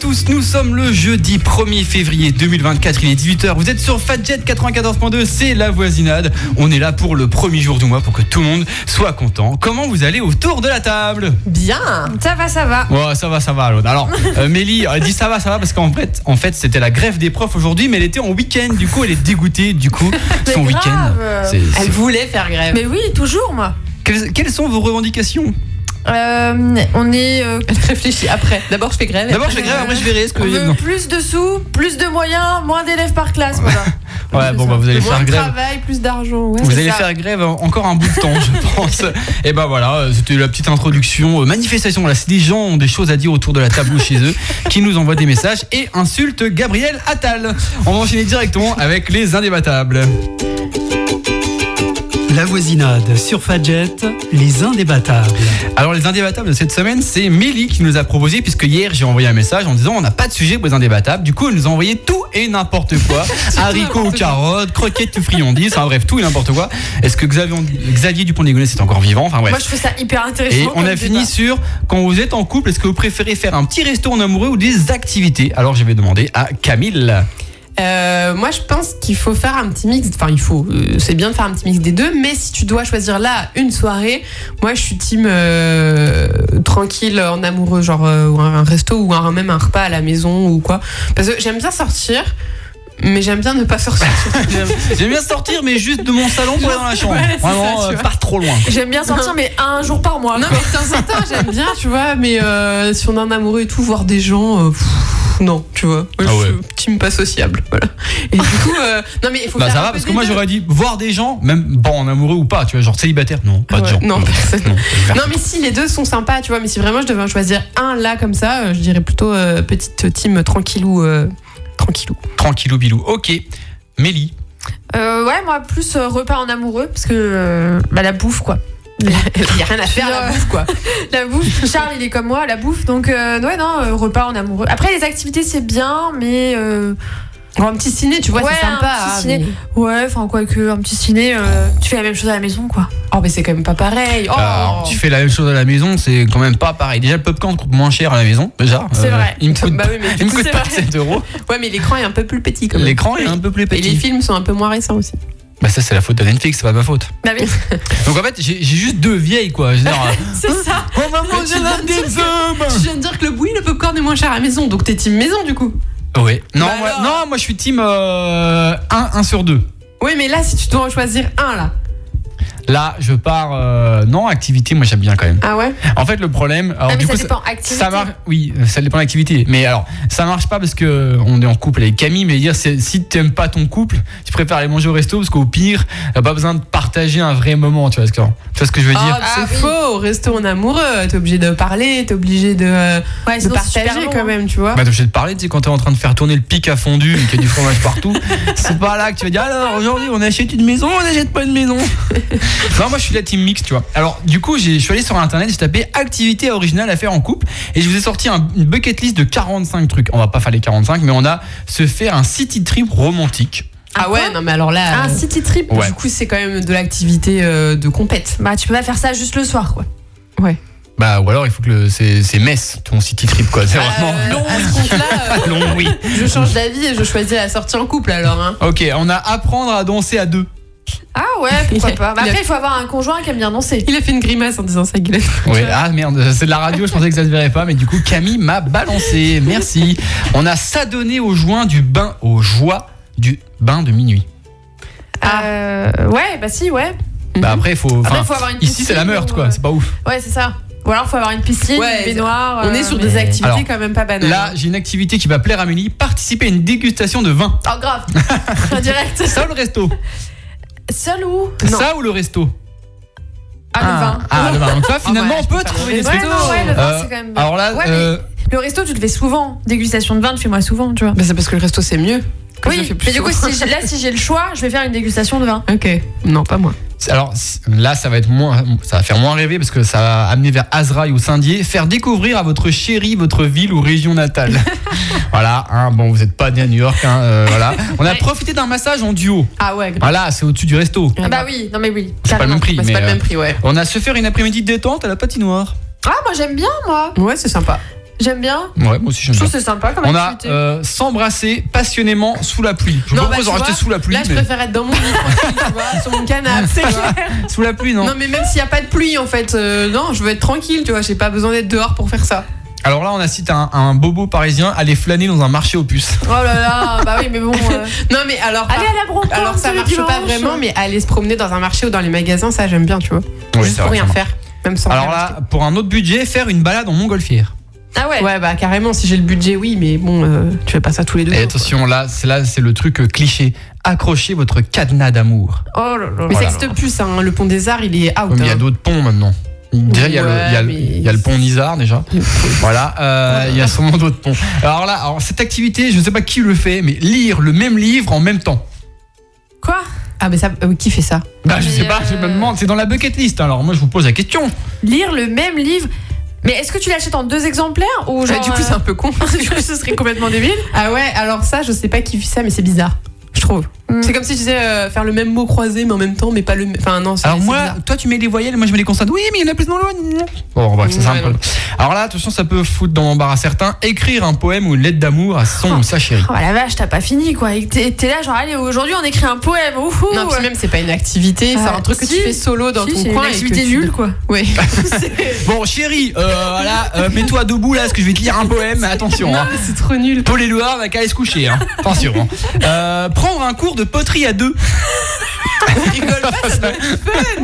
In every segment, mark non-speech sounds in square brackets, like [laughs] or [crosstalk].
tous, nous sommes le jeudi 1er février 2024, il est 18h, vous êtes sur Fadjet 94.2, c'est la voisinade, on est là pour le premier jour du mois pour que tout le monde soit content. Comment vous allez autour de la table Bien Ça va, ça va. Ouais, ça va, ça va. L'autre. [laughs] Alors, euh, Mélie euh, dit ça va, ça va parce qu'en fait, en fait, c'était la grève des profs aujourd'hui, mais elle était en week-end. Du coup, elle est dégoûtée. Du [laughs] coup, son grave. week-end. c'est- c'est- Elle voulait faire grève. Mais oui, toujours moi. Quelles, quelles sont vos revendications Euh, on est. euh, [laughs] Elle réfléchit après. D'abord, je fais grève. D'abord, je fais grève, après je verrai ce que. on veut non. plus de sous, plus de moyens, moins d'élèves par classe. Voilà. Ouais, bon, bah, vous allez Moins faire de grève. travail, plus d'argent. ouais. Vous c'est allez ça. faire grève encore un bout de temps, je [laughs] pense. Et ben voilà, euh, c'était la petite introduction. Euh, Manifestation, là, si des gens ont des choses à dire autour de la table ou [laughs] chez eux, qui nous envoient des messages et insultent Gabriel Attal. On va enchaîner directement avec les indébattables. La voisinade sur Fadjet, les indébattables. Alors les indébattables de cette semaine, c'est Mélie qui nous a proposé, puisque hier j'ai envoyé un message en disant on n'a pas de sujet pour les indébattables, du coup elle nous a envoyé tout et n'importe [laughs] quoi, haricots ou carottes, croquettes ou friandises, enfin bref tout et n'importe quoi. Est-ce que Xavier, Xavier Dupont-Dégonnet c'est encore vivant Enfin bref. Moi, je trouve ça hyper intéressant. Et on comme a fini débat. sur quand vous êtes en couple, est-ce que vous préférez faire un petit resto en amoureux ou des activités Alors je vais demander à Camille. Euh, moi, je pense qu'il faut faire un petit mix. Enfin, il faut. euh, c'est bien de faire un petit mix des deux, mais si tu dois choisir là une soirée, moi, je suis team euh, tranquille en amoureux, genre euh, ou un, un resto ou un, même un repas à la maison ou quoi. Parce que j'aime bien sortir, mais j'aime bien ne pas sortir. J'aime bien sortir, mais juste de mon salon pour aller dans la chambre. Ouais, c'est ça, Vraiment, tu euh, vois. pas trop loin. J'aime bien sortir, mais un jour par mois. non, mais de temps en temps, j'aime bien, tu vois, mais euh, si on est en amoureux et tout, voir des gens. euh, pff, non, tu vois, Moi, Ah ouais. je suis team pas sociable. Voilà. Et du coup, euh, non mais il faut Bah faire ça un va peu parce que des moi deux. j'aurais dit voir des gens, même bon en amoureux ou pas, tu vois, genre célibataire, non, pas de Ouais. gens. Non, personne. Non, Non mais si les deux sont sympas, tu vois, mais si vraiment je devais en choisir un là comme ça, euh, je dirais plutôt euh, petite team tranquillou euh, tranquillou. Tranquillou bilou. Ok. Mélie. Euh, ouais, moi, plus euh, repas en amoureux, parce que euh, bah, la bouffe, quoi. [laughs] Il y a rien à faire là, la bouffe quoi. La bouffe, [laughs] Charles il est comme moi, la bouffe, donc euh, ouais non, euh, repas en amoureux. Après les activités c'est bien, mais euh, Un petit ciné, tu vois, Ouais, c'est sympa. un petit hein, ciné. mais- ouais, enfin quoi que, un petit ciné, euh, tu fais la même chose à la maison quoi. Oh mais c'est quand même pas pareil. Oh. Alors, tu fais la même chose à la maison, c'est quand même pas pareil. Déjà le popcorn coûte moins cher à la maison, déjà. Euh, C'est vrai. Il me coûte, bah oui, mais du il me coup, coûte c'est pas vrai. 7 [laughs] euros. Ouais, mais l'écran est un peu plus petit quand même. L'écran est un peu plus Et les petit. films sont un peu moins récents aussi. Bah ça c'est la faute de Netflix, c'est pas ma faute. Bah oui, Donc en fait j'ai j'ai juste deux vieilles quoi. Je veux [laughs] dire, c'est ça. on va manger tu là viens de dire des Tu hommes. viens de dire que le bouilli, le popcorn est moins cher à la maison, donc t'es team maison du coup. euh, Ouais. Non, Bah moi, alors. non moi je suis team 1 sur 2. Oui, mais là, si tu dois en choisir un là. Là je pars euh, non activité, moi j'aime bien quand même. Ah ouais En fait le problème, alors, Ah, mais du ça coup, ça- dépend activité. Ça marche, oui, euh, ça dépend de l'activité. Mais alors, ça marche pas parce que on est en couple avec Camille, mais dire c'est- si t'aimes pas ton couple, tu préfères aller manger au resto parce qu'au pire, t'as pas besoin de partager un vrai moment, tu vois ce que, tu vois ce que je veux dire. Ah, Ah c'est oui. faux, au resto on est amoureux, t'es obligé de parler, t'es obligé de, euh, Ouais, de sinon, c'est super partager long, quand hein. même, tu vois. Bah, t'es obligé de parler, tu sais, quand t'es en train de faire tourner le pic à fondu et qu'il y a du fromage partout, c'est pas là que tu vas dire Ah, alors aujourd'hui on achète une maison, on n'achète pas une maison. non, moi je suis la team mix, tu vois. Alors, du coup, j'ai- je suis allé sur internet, j'ai tapé activité originale à faire en couple et je vous ai sorti un- une bucket list de 45 trucs. On va pas faire les 45, mais on a se faire un city trip romantique. Ah ouais, quoi non mais alors là, Ah, euh, city trip. Ouais. du coup c'est quand même de l'activité euh, de compète. Bah tu peux pas faire ça juste le soir quoi. Bah, ou alors il faut que le- c'est c'est Metz, ton city trip, quoi. C'est vraiment Euh, non, à ce compte-là, euh, long, oui. je change d'avis et je choisis la sortie en couple alors. Hein. Ok, on a apprendre à danser à deux. Ah ouais, [laughs] pourquoi Il a- pas. Bah, il a- après il faut avoir un conjoint qui aime bien danser. Il a fait une grimace en disant ça, Guylaine. Ouais, ah merde, c'est de la radio, je pensais que ça se verrait pas, mais du coup Camille m'a balancé, merci. On a s'adonné au joint du bain, aux joies du bain de minuit. Ah. Euh, ouais, bah si ouais. Bah après, faut, Après, enfin, faut avoir une ici c'est la piscine, meurtre ou, quoi, euh, c'est pas ouf. Ouais, c'est ça. Ou alors faut avoir une piscine, Ouais, une baignoire. on euh, est sur mais- des activités Alors, quand même pas banales. hein. Là, j'ai une activité qui va plaire à Mélie, participer à une dégustation de vin. Oh [laughs] grave. en direct. Ça ou le resto Seul ou Non. Ça ou le resto Ah, le vin. Ah, le vin. Donc là, Ah, finalement, ouais, on je peut peux pas trouver le des resto. Ouais, trucs. non, ouais, le vin, c'est Euh, quand même bien. Alors là, Ouais, mais- euh, Le resto, tu le fais souvent. Dégustation de vin, tu fais moi souvent, tu vois. Bah, c'est parce que le resto c'est mieux. que je le oui, fais plus mais du coup, souvent. si j'ai- là, si j'ai le choix, je vais faire une dégustation de vin. Ok, non pas moi. Alors c- là, ça va être moins, ça va faire moins rêver parce que ça va amener vers Azraï ou Saint-Dié, faire découvrir à votre chérie votre ville ou région [laughs] natale. voilà, hein, bon, vous n'êtes pas né à New York, hein, euh, voilà. On a profité d'un massage en duo. Ah ouais, grave. Voilà, c'est au-dessus du resto. Ah bah oui, non mais oui. C'est pas le carrément. même prix, Bah, c'est mais pas le euh, même prix, ouais. on a se faire une après-midi de détente à la patinoire. Ah, moi j'aime bien, moi. Ouais, c'est sympa. J'aime bien. Ouais, moi aussi j'aime Je trouve bien. que c'est sympa comme On a activité. euh, s'embrasser passionnément sous la pluie. Je Non, vous bah, propose tu d'en rester vois, sous la pluie. Là, je mais- préfère être dans mon lit, tranquille, [laughs] tu vois, sur mon canapé. tu vois. Sous la pluie, non Non, mais même s'il n'y a pas de pluie, en fait, euh, non, je veux être tranquille, tu vois, j'ai pas besoin d'être dehors pour faire ça. Alors là, on assiste à un, à un bobo parisien aller flâner dans un marché aux puces. Oh là là, bah oui, mais bon. euh, Non, mais [laughs] alors, par- Allez à la brocante. alors ça le marche pas dimanche. vraiment, mais aller se promener dans un marché ou dans les magasins, ça j'aime bien, tu vois. Ouais, Juste c'est pour vrai, rien ça faire, même sans Alors rien acheter. là, pour un autre budget, faire une balade en montgolfière. Ah ouais. Ouais, bah carrément, si j'ai le budget, oui, mais bon, euh, tu fais pas ça tous les deux. Et jours, attention, là, c'est là, c'est le truc euh, cliché. Accrochez votre cadenas d'amour. Oh là là. Voilà. Mais ça existe plus, ça, hein, le pont des arts, il est out. Comme il y a hein. d'autres ponts maintenant. Déjà, il y, a le- il y a le- Ouais, mais- il y a le pont Nizar déjà. Voilà, euh, il y a sûrement d'autres ponts. Alors là, alors, cette activité, je ne sais pas qui le fait, mais lire le même livre en même temps. Quoi Ah, mais ça, euh, qui fait ça Bah, je Mais, sais pas, je me euh, demande, c'est dans la bucket list. hein. Alors moi, je vous pose la question. Lire le même livre. Mais est-ce que tu l'achètes en deux exemplaires ou genre Bah, Du coup, euh, c'est un peu con. [laughs] [laughs] du coup, ce serait complètement débile. ah ouais, alors ça, je sais pas qui fait ça, mais c'est bizarre, je trouve. Mm. C'est comme si je disais euh, faire le même mot croisé, mais en même temps, mais pas le. Enfin, non, c'est. Alors c'est moi, bizarre. toi tu mets les voyelles, moi je mets les consonnes. Oui, mais il y en a plus dans l'autre. Bon, bref, c'est Ouais, simple. non. Alors là, attention, ça peut foutre dans l'embarras certains. Écrire un poème ou une lettre d'amour à son ou sa chérie. Oh la vache, t'as pas fini quoi. Et T'es t'es là, genre, allez, aujourd'hui on écrit un poème. Ouhou. Non, puis même, c'est pas une activité, c'est Ah, un truc que si. tu fais solo dans Si, ton c'est coin. une et que activité tu- nulle quoi. [laughs] Oui. Bon, chérie, euh, voilà, euh, mets-toi debout là, parce que je vais te lire un poème. Attention, Ah, hein. c'est trop nul. Paul et Loire n'a qu'à aller se coucher. Hein. Attention. hein. Euh, prendre un cours de poterie à [laughs] deux. Rigole pas, ça doit être fun.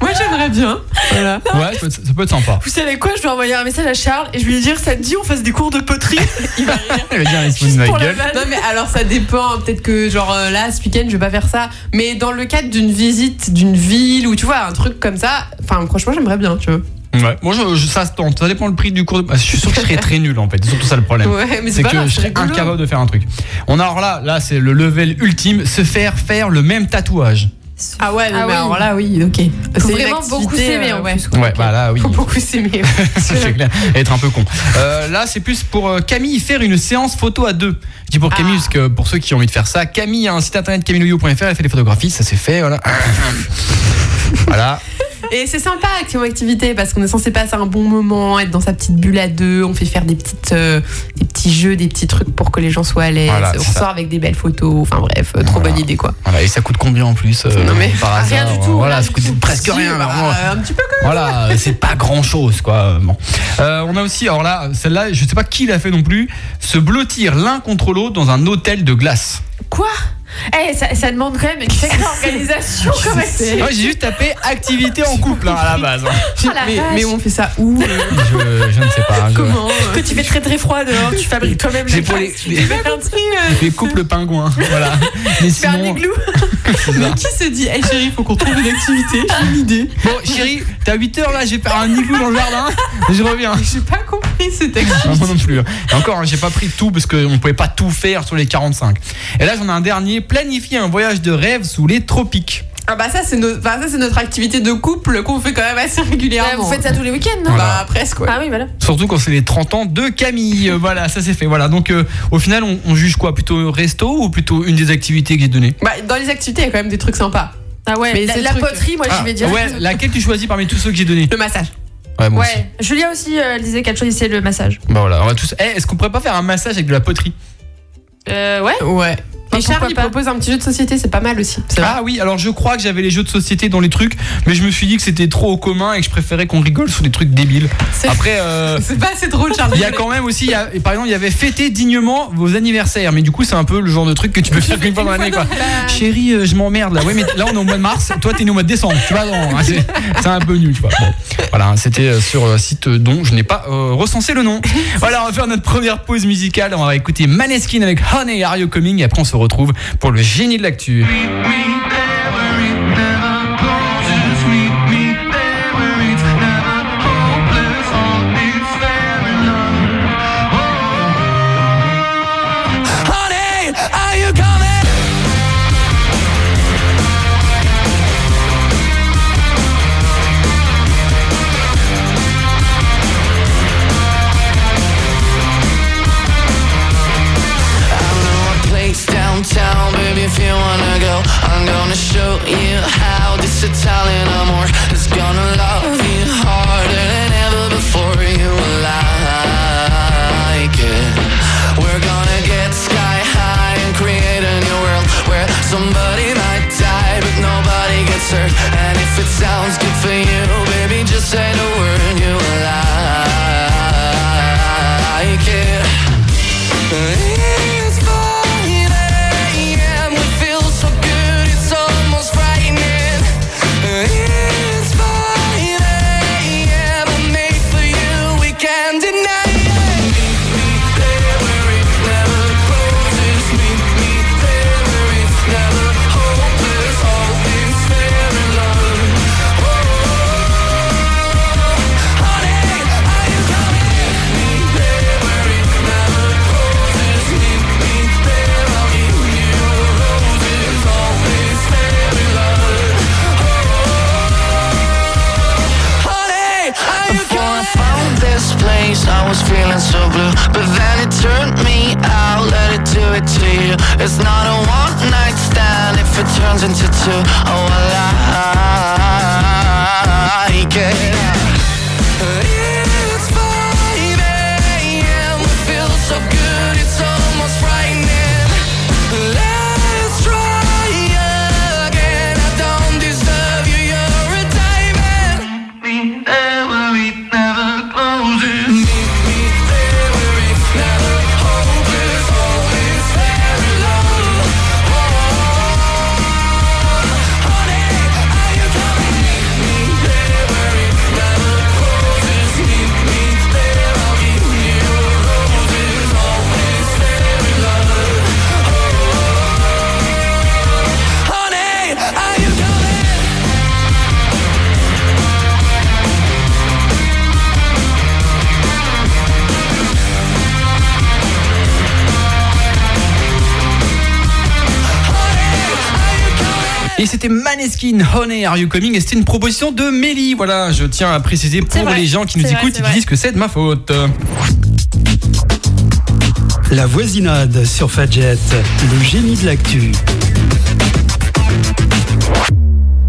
Moi, j'aimerais bien. Voilà. Ouais, ça peut être, ça peut être sympa. Vous savez quoi Je vais envoyer un message à Charles et je vais lui dire ça te dit on fasse des cours de [laughs] poterie Il va dire, il se fout de juste ma pour la gueule. vanne. Non mais alors ça dépend, peut-être que genre euh, là ce week-end je vais pas faire ça, mais dans le cadre d'une visite d'une ville ou tu vois un truc comme ça, enfin franchement j'aimerais bien tu vois. Ouais. Moi, je, je- ça se tente. Ça dépend le prix du cours de. Ah, Je suis sûr que je serais très nul en fait. C'est surtout ça le problème. Ouais mais C'est c'est pas que grave, je serais c'est rigolo. incapable de faire un truc. On a alors là, là c'est le level ultime, se faire faire le même tatouage. [laughs] Ah ouais non, mais Ah oui. alors là oui ok. Faut C'est une vraiment beaucoup activité, s'aimer, euh, en ouais. plus, Ouais, bah là oui, Faut beaucoup [laughs] s'aimer. c'est clair. Être un peu con. Euh, là c'est plus pour euh, Camille faire une séance photo à deux. Je dis pour Camille Ah. parce que pour ceux qui ont envie de faire ça, Camille a un site internet camilleloyou.fr, elle fait des photographies, ça c'est fait, voilà. [laughs] voilà. Et c'est sympa Action Activité parce qu'on est censé passer un bon moment, être dans sa petite bulle à deux, on fait faire des, petites, euh, des petits jeux, des petits trucs pour que les gens soient à l'aise, Voilà, on c'est ça. sort avec des belles photos, enfin bref, euh, trop Voilà. bonne idée quoi. Voilà, et ça coûte combien en plus euh, Non, mais par rien hasard, du tout, Voilà, rien ça du coûte tout. presque Si, rien. bah, vraiment. euh, un petit peu Voilà, [laughs] euh, c'est pas grand chose quoi. euh, bon. Euh, on a aussi, alors là, celle-là, je sais pas qui l'a fait non plus, se blottir l'un contre l'autre dans un hôtel de glace. Quoi Eh, ça, ça demande quand même [laughs] une sacrée organisation comme Eh. activité. Moi Ah, j'ai juste tapé activité en couple hein, à la base. hein. [laughs] Oh la mais, vache. mais on fait ça où [laughs] euh, Je, je ne sais pas. hein, je- Comment euh, Quand il fait très très froid dehors, tu fabriques toi-même J'ai la pour les, glace. les, J'ai pas compris, euh, les couples pingouins. [laughs] Voilà. Mais Tu fais un sinon. igloo. c'est ça. mais qui se dit, hey chérie, faut qu'on trouve une activité, j'ai une idée. Bon, chérie, t'as 8 heures là, j'ai fait un igloo dans le jardin. Je reviens. J'ai pas compris ce texte. Ah, Moi non plus. Et encore, hein, j'ai pas pris tout parce qu'on pouvait pas tout faire sur les 45. Et là, j'en ai un dernier. Planifier un voyage de rêve sous les tropiques. Ah bah ça c'est notre, enfin, ça, c'est notre activité de couple qu'on fait quand même assez régulièrement. Bah, Vous faites ça tous les week-ends, non Voilà. Bah presque ouais. Ah oui, voilà. Surtout quand c'est les 30 ans de Camille. Euh, Voilà, ça c'est fait. Voilà. Donc, euh, au final, on, on juge quoi Plutôt resto ou plutôt une des activités que j'ai données Bah, dans les activités il y a quand même des trucs sympas. Ah ouais, Mais la, ces la trucs- poterie, moi Ah, j'y vais dire. Ouais, laquelle tu choisis parmi tous ceux que j'ai donnés Le massage. Ouais, moi aussi. Ouais, Julia aussi euh, elle disait qu'elle choisissait le massage. Bah voilà, on va tous. Eh, est-ce qu'on pourrait pas faire un massage avec de la poterie Euh, ouais. Ouais. Bah, Et Charles pourquoi il pas propose un petit jeu de société, c'est pas mal aussi. C'est vrai. Ah oui, alors je crois que j'avais les jeux de société dans les trucs, mais je me suis dit que c'était trop au commun et que je préférais qu'on rigole sur des trucs débiles. C'est- Après, euh, [laughs] C'est pas assez drôle Charles. il y a quand même aussi, il y a- par exemple, il y avait fêter dignement vos anniversaires, mais du coup, c'est un peu le genre de truc que tu peux faire qu'une fois dans l'année, quoi. Chérie, euh, je m'emmerde là. Oui, mais là, on est au mois de mars, toi, t'es né au mois de décembre, tu vois, non, hein, c'est c'est un peu nul, tu vois. Bon, voilà, hein, c'était euh, sur un site dont je n'ai pas euh, recensé le nom. Voilà, on va faire notre première pause musicale, on va écouter Maneskin avec Honey, Are You Coming, et après, on se retrouve pour le génie de l'actu. place downtown, baby, if you wanna go. I'm gonna was feeling so blue, but then it turned me out. Let it do it to you. It's not a one night stand if it turns into two. Oh, I like it. It's 5 a.m. It feels so good, it's almost frightening. Let's try again. I don't deserve you, you're a diamond. Meet me there where it never closes. Meet me there where it's never hopeless. Always there alone. Oh, honey, are you coming? Meet me there where it never closes. Meet me there, I'll give you roses. Always there alone. Oh, honey, are you coming? Et c'était Maneskin, Honey, Are You Coming Et c'était une proposition de Mélie. Voilà, je tiens à préciser pour vrai. les gens qui nous C'est vrai, écoutent c'est et qui vrai. disent que c'est de ma faute. La voisinade sur Fadjet, le génie de l'actu.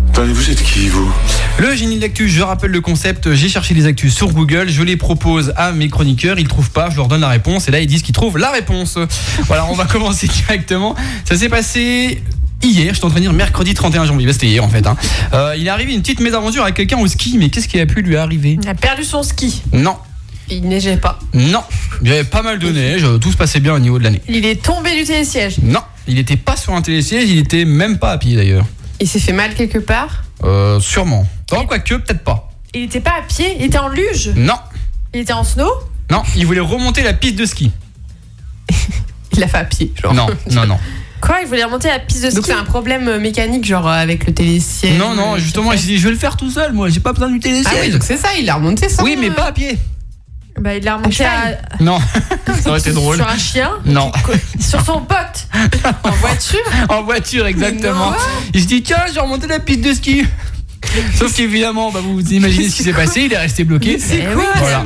Attendez, vous êtes qui, vous Le génie de l'actu, je rappelle le concept. J'ai cherché les actus sur Google, je les propose à mes chroniqueurs, ils trouvent pas, je leur donne la réponse et là ils disent qu'ils trouvent la réponse. Voilà, on va [laughs] commencer directement. Ça s'est passé. Hier, je suis en train de dire mercredi 31 janvier, Bah, c'était hier en fait. hein. Euh, il est arrivé une petite mésaventure avec quelqu'un au ski, mais qu'est-ce qui a pu lui arriver Il a perdu son ski. Non, Il neigeait pas. non, il y avait pas mal de neige, tout se passait bien au niveau de l'année. Il est tombé du télésiège. Non, il n'était pas sur un télésiège, il était même pas à pied d'ailleurs. Il s'est fait mal quelque part. Euh, sûrement. Non, quoique, peut-être pas. Il était pas à pied, il était en luge. Non, Il était en snow. non, il voulait remonter la piste de ski. Il l'a fait à pied, genre. Non, non, non. Quoi Il voulait remonter la piste de ski. Donc c'est un problème euh, mécanique, genre euh, avec le télésiège. Non, non, justement, il s'est dit, je vais le faire tout seul, moi, j'ai pas besoin du Ah oui, télésiège. donc c'est ça, il l'a remonté sans. oui, mais pas à pied. Bah, il l'a remonté À à- [laughs] Non, ça aurait été drôle. sur un chien, Non, [laughs] sur son pote. en voiture. en voiture, exactement. Il se dit, tiens, je vais remonter la piste de [laughs] ski. Sauf qu'évidemment, bah, vous imaginez ce qui s'est passé, il est resté bloqué. Eh oui, [laughs] Ah, Voilà.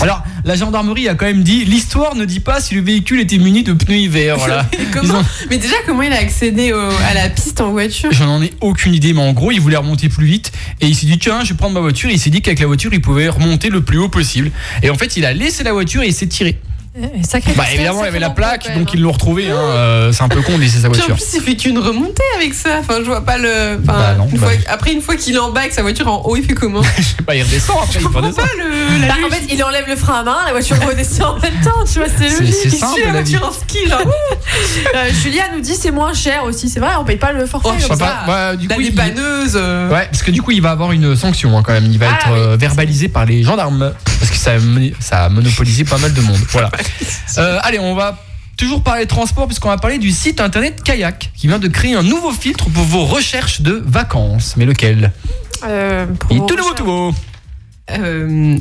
Alors, la gendarmerie a quand même dit, l'histoire ne dit pas si le véhicule était muni de pneus hiver. [laughs] Voilà. mais Ils comment ont- Mais déjà, comment il a accédé au- à la piste en voiture J'en en ai aucune idée, mais en gros, il voulait remonter plus vite. Et il s'est dit, tiens, je vais prendre ma voiture. Et il s'est dit qu'avec la voiture, il pouvait remonter le plus haut possible. Et en fait, il a laissé la voiture et il s'est tiré. Eh, Sacré Bah, évidemment, il y avait la plaque, donc ils l'ont retrouvé. hein. Euh, C'est un peu con de laisser sa Puis en voiture. plus, il fait qu'une remontée avec ça. Enfin, je vois pas le. enfin, Bah non, une bah fois- oui. Après, une fois qu'il est en bas avec sa voiture en haut, il fait comment [laughs] Bah, il redescend après, il comprends redescend. pas le. La Bah, en logique. fait, il enlève le frein à main, la voiture redescend en même temps, tu vois, c'est C'est- logique. c'est Il simple, suit la la vie. voiture en ski, genre. Euh, Julia nous dit c'est moins cher aussi, c'est vrai, on paye pas le forfait. Oh, je Je comme sais sais ça. pas. Bah, du La coup, il- dépanneuse. euh, Ouais, parce que du coup, il va avoir une sanction hein, quand même. Il va Ah, être euh, verbalisé par les gendarmes. Parce que ça a, mené- ça a monopolisé pas mal de [laughs] monde. Voilà. Euh, allez, on va toujours parler de transport, puisqu'on va parler du site internet Kayak, qui vient de créer un nouveau filtre pour vos recherches de vacances. Mais lequel Oh, Euh, pour Il est tout nouveau, recherche- tout beau. euh,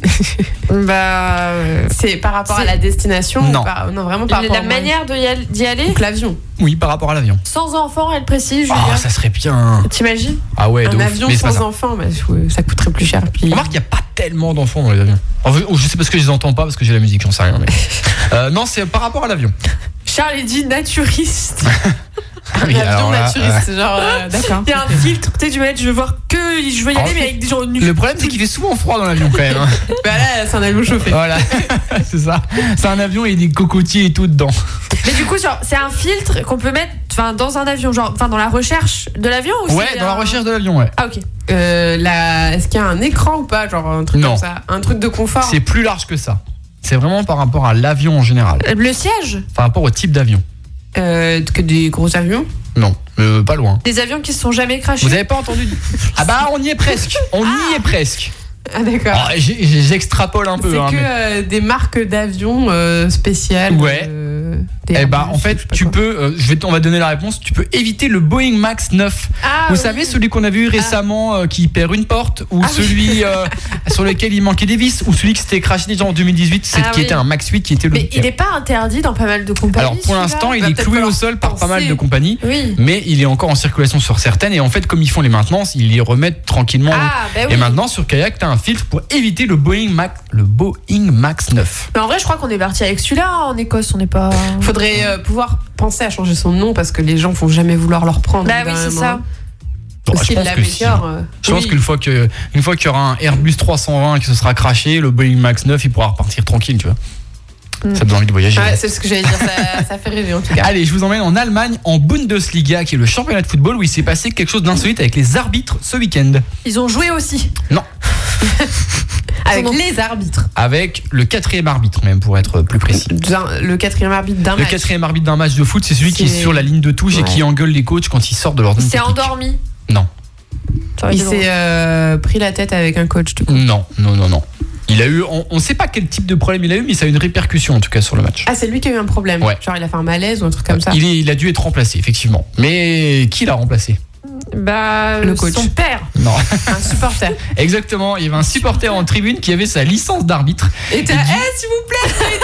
Bah, euh, c'est par rapport à C'est- la destination ou Non. par- non, vraiment par rapport la au- manière de y al- d'y aller, Donc l'avion. Oui, par rapport à l'avion. sans enfant, elle précise, Julia. Oh, ça serait bien. T'imagines Ah ouais, de Un ouf. avion Mais c'est pas sans ça. Ah enfant, bah, je- ça coûterait plus cher. Puis... Remarque, il n'y a pas tellement d'enfants dans les avions. En fait, je sais parce que je les entends pas, parce que j'ai la musique, j'en sais rien. Mais... Euh, non, c'est par rapport à l'avion. Charles il dit naturiste. Ah oui, l'avion alors là, naturiste, c'est genre. euh, D'accord. Il y a un filtre, tu sais, tu vas être, je veux voir que, je veux y En aller, fait, mais avec des gens ouais. nus. Le problème, c'est qu'il fait souvent froid dans l'avion quand même. hein. Bah là, c'est un avion chauffé. Voilà, [laughs] c'est ça. C'est un avion et des cocotiers et tout dedans. Mais du coup, genre, c'est un filtre qu'on peut mettre, enfin, dans un avion, genre, enfin, dans la recherche de l'avion ou Ouais, c'est dans la un- recherche de l'avion, ouais. Ah ok. Euh, la- Est-ce qu'il y a un écran ou pas Genre un truc Non. comme ça. Un truc de confort. C'est plus large que ça. C'est vraiment par rapport à l'avion en général, Le siège par rapport au type d'avion. Euh, que des gros avions. Non, euh, pas loin. Des avions qui se sont jamais crashés. Vous avez pas entendu Ah bah on y est presque, on y est presque. Ah d'accord. Ah, j'ai- j'ai- J'extrapole un c'est peu. hein, que mais- euh, des marques d'avions euh, spéciales. Ouais. euh, Des Eh bah, Airbus, en je sais fait, pas tu quoi. peux, euh, je vais, t- on va donner la réponse. Tu peux éviter le Boeing Max 9. Ah, Vous oui. savez celui qu'on a vu récemment euh, qui perd une porte, ou Ah oui. celui euh, sur lequel il manquait des vis, ou celui qui s'était crashé déjà en 2018, c'est Ah qui oui. était un Max 8 qui était le. Mais il n'est pas interdit dans pas mal de compagnies. Alors pour celui-là l'instant, il va est peut-être cloué au falloir sol par pas mal de penser. compagnies. Oui. Mais il est encore en circulation sur certaines et en fait comme ils font les maintenances, ils les remettent tranquillement. Ah, bah oui. Et maintenant sur kayak, t'as un filtre pour éviter le Boeing Max, le Boeing Max 9. Mais en vrai, je crois qu'on est parti avec celui-là hein, en Écosse. On n'est pas. Faudrait euh, pouvoir penser à changer son nom parce que les gens vont jamais vouloir le reprendre. Bah oui, c'est ça. Bon, bah, Parce qu'il que si- l'améliore. euh, je pense oui. qu'une fois que une fois qu'il y aura un Airbus 320 qui se sera craché, le Boeing Max 9, il pourra repartir tranquille, tu vois. Mm. Ça te donne envie de voyager. Ouais, c'est ce que j'allais dire. Ça, [laughs] ça fait rêver en tout cas. Allez, je vous emmène en Allemagne, en Bundesliga, qui est le championnat de football où il s'est passé quelque chose d'insolite avec les arbitres ce week-end. Ils ont joué aussi. Avec Son nom. les arbitres. Avec le quatrième arbitre, même pour être plus précis. D'un- Le quatrième arbitre d'un Le match. quatrième arbitre d'un match de foot, c'est celui qui est C'est- sur la ligne de touche et Ouais. qui engueule les coachs quand ils sortent de leur Il zone s'est technique. endormi. Non. Ça aurait Il été drôle. s'est euh, pris la tête avec un coach. du coup. Non, non, non, non. Il a eu, on ne sait pas quel type de problème il a eu, mais ça a eu une répercussion en tout cas sur le match. Ah, c'est lui qui a eu un problème. Ouais. Ah, Genre, il a fait un malaise ou un truc comme ça. Euh, Il, est- il a dû être remplacé, effectivement. Mais qui l'a remplacé euh, Bah, Le coach. son père. [laughs] Non. Un supporter. [laughs] Exactement, il y avait un supporter en tribune qui avait sa licence d'arbitre. Et t'as. Eh, s'il vous plaît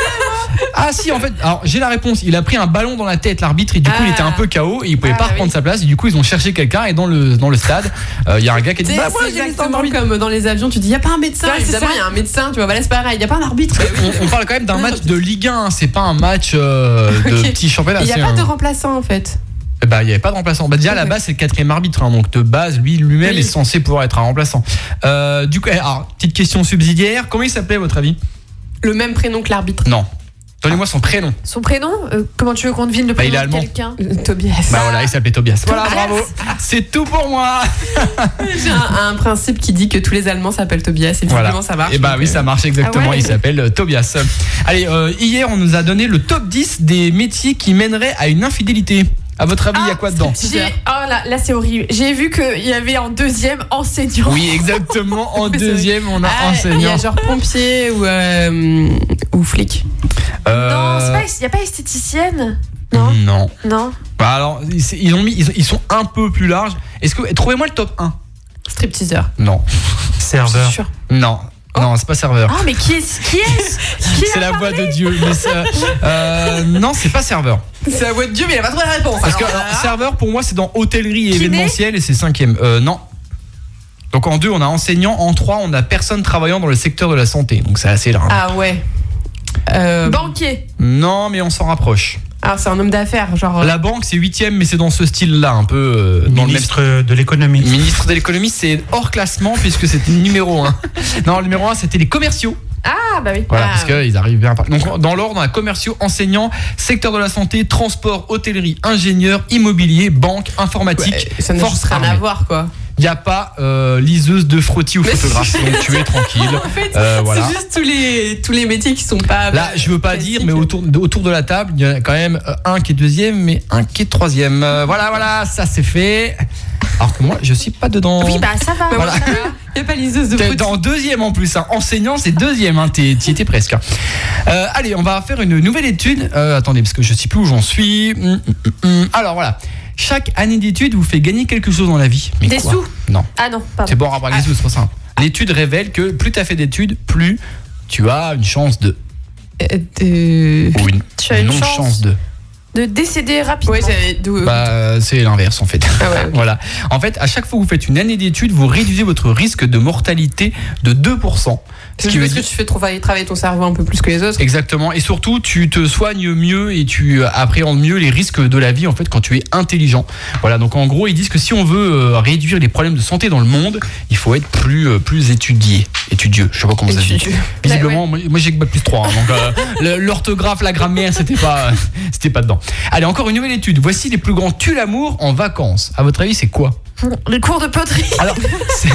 Ah si, en fait, alors j'ai la réponse. Il a pris un ballon dans la tête, l'arbitre, et du coup Ah. il était un peu KO, et il pouvait Ah, pas bah reprendre oui. sa place, et du coup ils ont cherché quelqu'un, et dans le, dans le stade, euh, il y a un gars qui a dit Bah, moi, C'est j'ai la licence exactement d'arbitre. comme dans les avions. Tu dis, y a pas un médecin. Ouais, c'est Évidemment, ça. il y a un médecin. Tu vois, bah là, c'est pareil. Y a pas un arbitre. on, on parle quand même d'un match de Ligue 1, hein, c'est pas un match euh, de [laughs] Ok. petit championnat. Il y a c'est pas un- de remplaçant en fait. Eh ben, il n'y avait pas de remplaçant. Bah, déjà, à la base, c'est le quatrième arbitre. hein, donc, de base, lui, lui-même Oui. est censé pouvoir être un remplaçant. Euh, du coup, eh, alors, petite question subsidiaire. Comment il s'appelait, à votre avis Le même prénom que l'arbitre. Non. Donnez-moi son prénom. Son prénom Euh, Comment tu veux qu'on devine le Bah, il prénom est de allemand. quelqu'un Euh, Tobias. Bah voilà, il s'appelait Tobias. Voilà, Tobias. bravo. C'est tout pour moi. J'ai un, un principe qui dit que tous les Allemands s'appellent Tobias. Et visiblement, Voilà. ça marche. Et bah donc, oui, euh, ça marche exactement. Ah ouais. Il s'appelle euh, Tobias. Allez, euh, hier, on nous a donné le top 10 des métiers qui mèneraient à une infidélité. À votre avis, il Ah, y a quoi dedans J'ai- Oh là, là c'est horrible. J'ai vu qu'il y avait en deuxième enseignant. Oui, exactement. En Oui, [laughs] c'est vrai. deuxième, on a Ah, Il y enseignant. a genre pompier ou, euh, ou flic. Non, Euh, Mhm. c'est pas- il n'y a pas esthéticienne Non. Non. Non. Bah alors, ils, ils ont mis, ils, ils sont un peu plus larges. Est-ce que trouvez-moi le top 1 Stripteaser. Non, Je Serveur. suis Oh. sûre. non, non, c'est pas serveur. Ah, mais qui est-ce Qui est-ce Qui c'est la a voix de Dieu. mais ça- euh, non, c'est pas serveur. Oh C'est la voix de Dieu, mais il a pas trouvé la réponse. Parce que Alors, alors, voilà. serveur, pour moi, c'est dans hôtellerie et Kiné événementiel et c'est cinquième. Euh, non. Donc en deux, on a enseignant. En trois, on a personne travaillant dans le secteur de la santé. Donc c'est assez large. Ah ouais. Euh, [laughs] Banquier. Non, mais on s'en rapproche. Alors c'est un homme d'affaires, genre. La banque, c'est huitième, mais c'est dans ce style-là, un peu euh, dans le même Ministre de l'économie. Ministre de l'économie, c'est hors classement puisque c'était numéro [laughs] 1. Non, le numéro 1, c'était les commerciaux. Ah, bah oui. Voilà, Ah, parce qu'ils arrivent bien. par- Donc, dans l'ordre, on a commerciaux, enseignants, secteur de la santé, transport, hôtellerie, ingénieurs, immobilier, banque, informatique. Ouais, ça n'a force juste rien à armée. voir quoi. Il n'y a pas euh, liseuse de frottis ou Mais photographe, donc tu es tranquille. [laughs] En fait, Euh, voilà. c'est juste tous les, tous les métiers qui sont pas. Là, je veux pas classiques. dire, mais autour, de- autour de la table, il y en a quand même euh, un qui est deuxième, mais un qui est troisième. Euh, voilà, voilà, ça c'est fait. Alors que moi, je suis pas dedans. Oui, bah ça va. Bah, Voilà. voilà. Il y a pas liseuse de T'es fruits. dans deuxième en plus, hein. enseignant c'est deuxième, hein. t'es- t'y étais presque. Euh, allez, on va faire une nouvelle étude. Euh, attendez, parce que je sais plus où j'en suis. Hum, hum, hum. Alors voilà, chaque année d'études vous fait gagner quelque chose dans la vie. Mais Des quoi sous Non, Ah non, c'est pardon. bon, rapport avec les sous, c'est trop simple. L'étude révèle que plus t'as fait d'études, plus tu as une chance de. Euh, de- Ou une, Tu as une non-chance chance. de. De décéder rapidement. Ouais, j'avais. d'où- Bah, euh, c'est l'inverse en fait. Ah ouais, ok. [laughs] Voilà. En fait, à chaque fois que vous faites une année d'études, vous réduisez votre risque de mortalité de 2%. Ce C'est qui veut juste que dire. tu fais travailler, travailler ton cerveau un peu plus que les autres. Exactement. Et surtout, tu te soignes mieux et tu euh, appréhendes mieux les risques de la vie en fait quand tu es intelligent. Voilà. Donc en gros, ils disent que si on veut euh, réduire les problèmes de santé dans le monde, il faut être plus euh, plus étudié, étudieux. Je sais pas comment ça se dit. Étudieux. Visiblement, moi- moi j'ai que bac plus 3 donc euh, le- l'orthographe, la grammaire, c'était pas [laughs] euh, c'était pas dedans. Allez, encore une nouvelle étude. Voici les plus grands tue l'amour en vacances. À votre avis, c'est quoi Les cours de poterie. [laughs] alors, [laughs] c'est...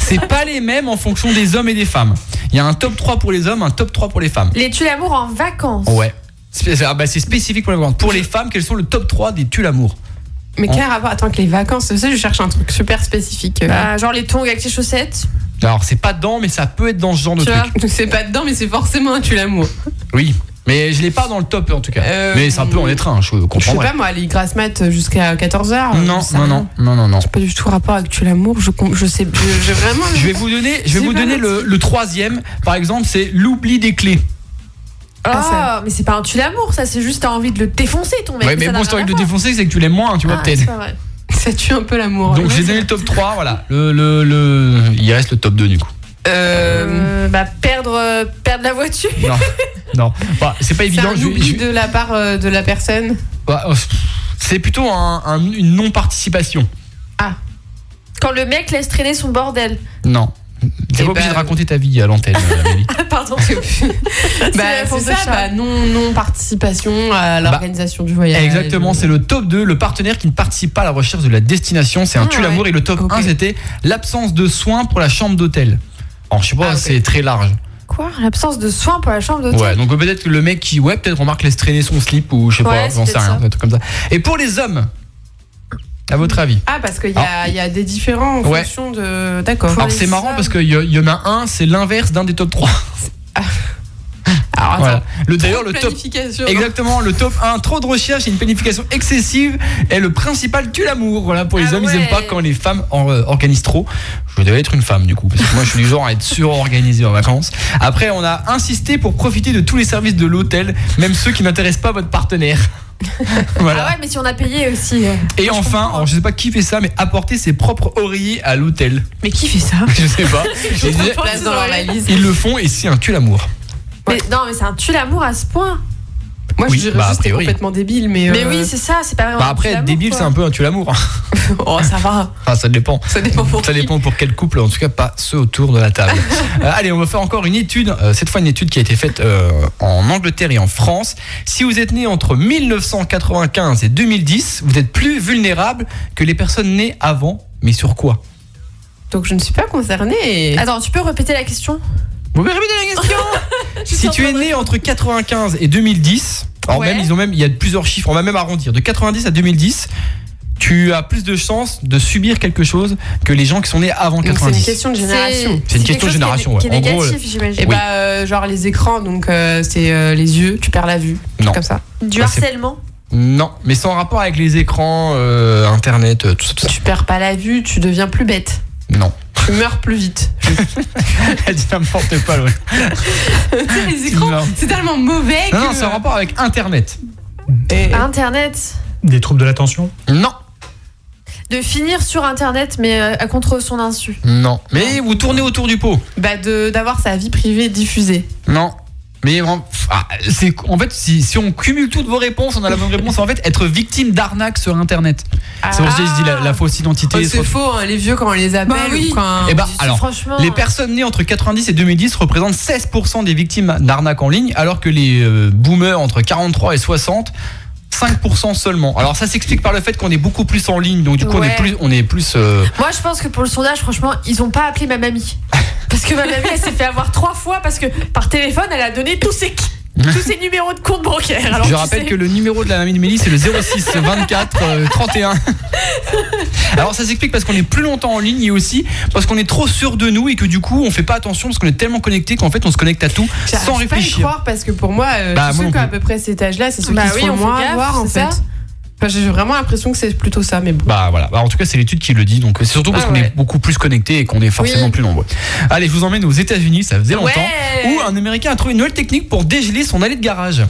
c'est pas les mêmes en fonction des hommes et des femmes. Il y a un top 3 pour les hommes, un top 3 pour les femmes. Les tue l'amour en vacances. Ouais. C'est, ah bah, c'est spécifique pour les femmes. Pour les femmes, quels sont le top 3 des tue l'amour Mais On- quel rapport Attends, que les vacances, ça, je cherche un truc super spécifique. Bah, genre les tongs avec les chaussettes. Alors, c'est pas dedans, mais ça peut être dans ce genre de tu vois, truc. c'est pas dedans, mais c'est forcément un tue l'amour. Oui. Mais je l'ai pas dans le top en tout cas. Euh, mais ça peut en être un, je Je sais comprends. pas, moi, les grasses mat euh, jusqu'à euh, 14h. non, non, non, non, non, non. Pas du tout rapport avec tu l'amour, je, com- je sais, je, je- vraiment. Je vais vous donner, je vais C'est vous pas donner le, le troisième. Par exemple, c'est l'oubli des clés. Ah, Ah, mais c'est pas un tu l'amour, ça, c'est juste t'as envie de le défoncer ton mec. Ouais, mais ça bon, n'a si t'as rien envie de à le voir. défoncer, c'est que tu l'aimes moins, tu vois, Ah, peut-être. c'est pas vrai. Ça tue un peu l'amour. Donc j'ai donné le top 3, voilà. Le, le, le- Il reste le top 2 du coup. Euh, Euh, bah, perdre, euh, perdre la voiture. [laughs] Non, non. Bah, c'est pas c'est évident. un je- oubli je- de la part euh, de la personne. bah, oh, c'est plutôt un- un- une non-participation. Quand le mec laisse traîner son bordel. Non. T'es Eh pas obligé ben- de raconter ta vie à [laughs] l'antenne, euh, Amélie. Pardon. Bah, la c'est force ça, de Charles. bah, non, non participation à l'organisation du Eh, voyage. Bah, Exactement, c'est le top 2, le partenaire qui ne participe pas à la recherche de la destination, c'est un Ah tue l'amour et le top Ok. 1 c'était l'absence de soins pour la chambre d'hôtel. Alors je sais pas, Ah, ok. c'est très large. Quoi L'absence de soins pour la chambre d'hôtel Ouais, donc euh, peut-être que le mec qui ouais, peut-être remarque laisse traîner son slip ou je sais Ouais, pas, c'est j'en sais peut-être rien, ça. un truc comme ça. Et pour les hommes à votre avis Ah, parce qu'il y, a- il y a des différents en Ouais. fonction de. D'accord. Alors c'est les marrant hommes. parce qu'il y, a- il y en a un, c'est l'inverse d'un des top 3. Alors, Ah, attends. Voilà. Le d'ailleurs le top Planification. Exactement, le top 1, trop de recherche et une planification excessive est le principal tue l'amour. Voilà, pour les Ah hommes, ils aiment ouais. pas quand les femmes en- euh, organisent trop. Je devais être une femme du coup, parce que moi je suis du genre à être surorganisé en vacances. Après, on a insisté pour profiter de tous les services de l'hôtel, même ceux qui n'intéressent pas votre [laughs] partenaire. voilà. Ah ouais, mais si on a payé aussi. euh. et enfin, alors, je sais pas qui fait ça, mais apporter ses propres oreillers à l'hôtel. [laughs] Mais qui fait ça Je sais [laughs] pas. Et Ils déjà, place dans leur valise. ils le font et c'est un tue l'amour. Mais, non, mais c'est un tue l'amour à ce point. Moi, Oui, je dirais bah, a juste que c'est priori. complètement débile, mais. Mais euh, oui, [laughs] c'est ça, c'est pas vraiment. Bah un après, être tue-l'amour, débile, quoi. c'est un peu un tue l'amour. [laughs] oh, ça va. Enfin, ça dépend. Ça dépend pour Ça qui. dépend pour quel couple, en tout cas pas ceux autour de la [laughs] table. Euh, allez, on va faire encore une étude, euh, cette fois une étude qui a été faite euh, en Angleterre et en France. Si vous êtes né entre 1995 et 2010, vous êtes plus vulnérable que les personnes nées avant. Mais sur quoi Donc, je ne suis pas concernée. Attends, tu peux répéter la question Vous pouvez répéter la [laughs] question Si tu es né entre 95 et 2010, alors Ouais. même ils ont même il y a plusieurs chiffres, on va même arrondir de 90 à 2010. Tu as plus de chances de subir quelque chose que les gens qui sont nés avant Donc, c'est une 90. question de génération. C'est une question quelque chose qui est- génération, ouais. Qui est En gros, négatif, Et j'imagine. Oui. bah, euh, genre les écrans, donc euh, c'est euh, les yeux, tu perds la vue. un truc Non. Comme ça. Du bah, c'est- harcèlement. Non, mais sans rapport avec les écrans, euh, internet, euh, tout ça, tout ça. Tu perds pas la vue, tu deviens plus bête. Non. Tu meurs plus vite. [laughs] Elle dit n'importe quoi, Laurie. Tu sais, les Tu écrans, meurs. c'est tellement mauvais que. Non, non, c'est en rapport avec internet. Et- Internet. Des troubles de l'attention Non, De finir sur Internet, mais euh, à contre son insu. non. Mais vous tournez autour du pot. bah, de- d'avoir sa vie privée diffusée. Non. Mais en, ah, c'est- en fait, si, si on cumule toutes vos réponses, on a la bonne réponse. En fait, être victime d'arnaque sur internet. C'est pour ça que je dis la, la fausse identité. Oh, c'est faux, hein, les vieux, quand on les appelle. Bah oui. ou quand- Eh ben, alors, Franchement. euh, Les personnes nées entre 90 et 2010 représentent 16% des victimes d'arnaques en ligne, alors que les euh, boomers entre 43 et 60, 5% seulement. Alors ça s'explique par le fait qu'on est beaucoup plus en ligne, donc du coup on Ouais. est plus, on est plus. euh, Moi, je pense que pour le sondage, franchement, ils ont pas appelé ma mamie. Parce que ma mamie, elle s'est fait avoir trois fois parce que par téléphone, elle a donné tous ses, tous ses numéros de compte bancaire. [laughs] Alors, je tu rappelle sais. que le numéro de la mamie de Mélie c'est le [laughs] 06 24 euh, 31. [laughs] Alors ça s'explique parce qu'on est plus longtemps en ligne et aussi parce qu'on est trop sûr de nous et que du coup on fait pas attention parce qu'on est tellement connecté qu'en fait on se connecte à tout J'arrive sans pas à y réfléchir. croire parce que pour moi, euh, Bah, moi tous ceux non qui ont à plus. peu près cet âge-là, c'est ceux Bah qui oui, se font on fait moins gaffe, avoir en c'est fait. ça. Enfin, j'ai vraiment l'impression que c'est plutôt ça, mais bon. Bah voilà, Bah, en tout cas c'est l'étude qui le dit, donc euh, c'est surtout parce Ah qu'on ouais. est beaucoup plus connecté et qu'on est forcément Oui. plus nombreux. Allez, je vous emmène aux États-Unis, ça faisait longtemps, Ouais. où un Américain a trouvé une nouvelle technique pour dégeler son allée de garage.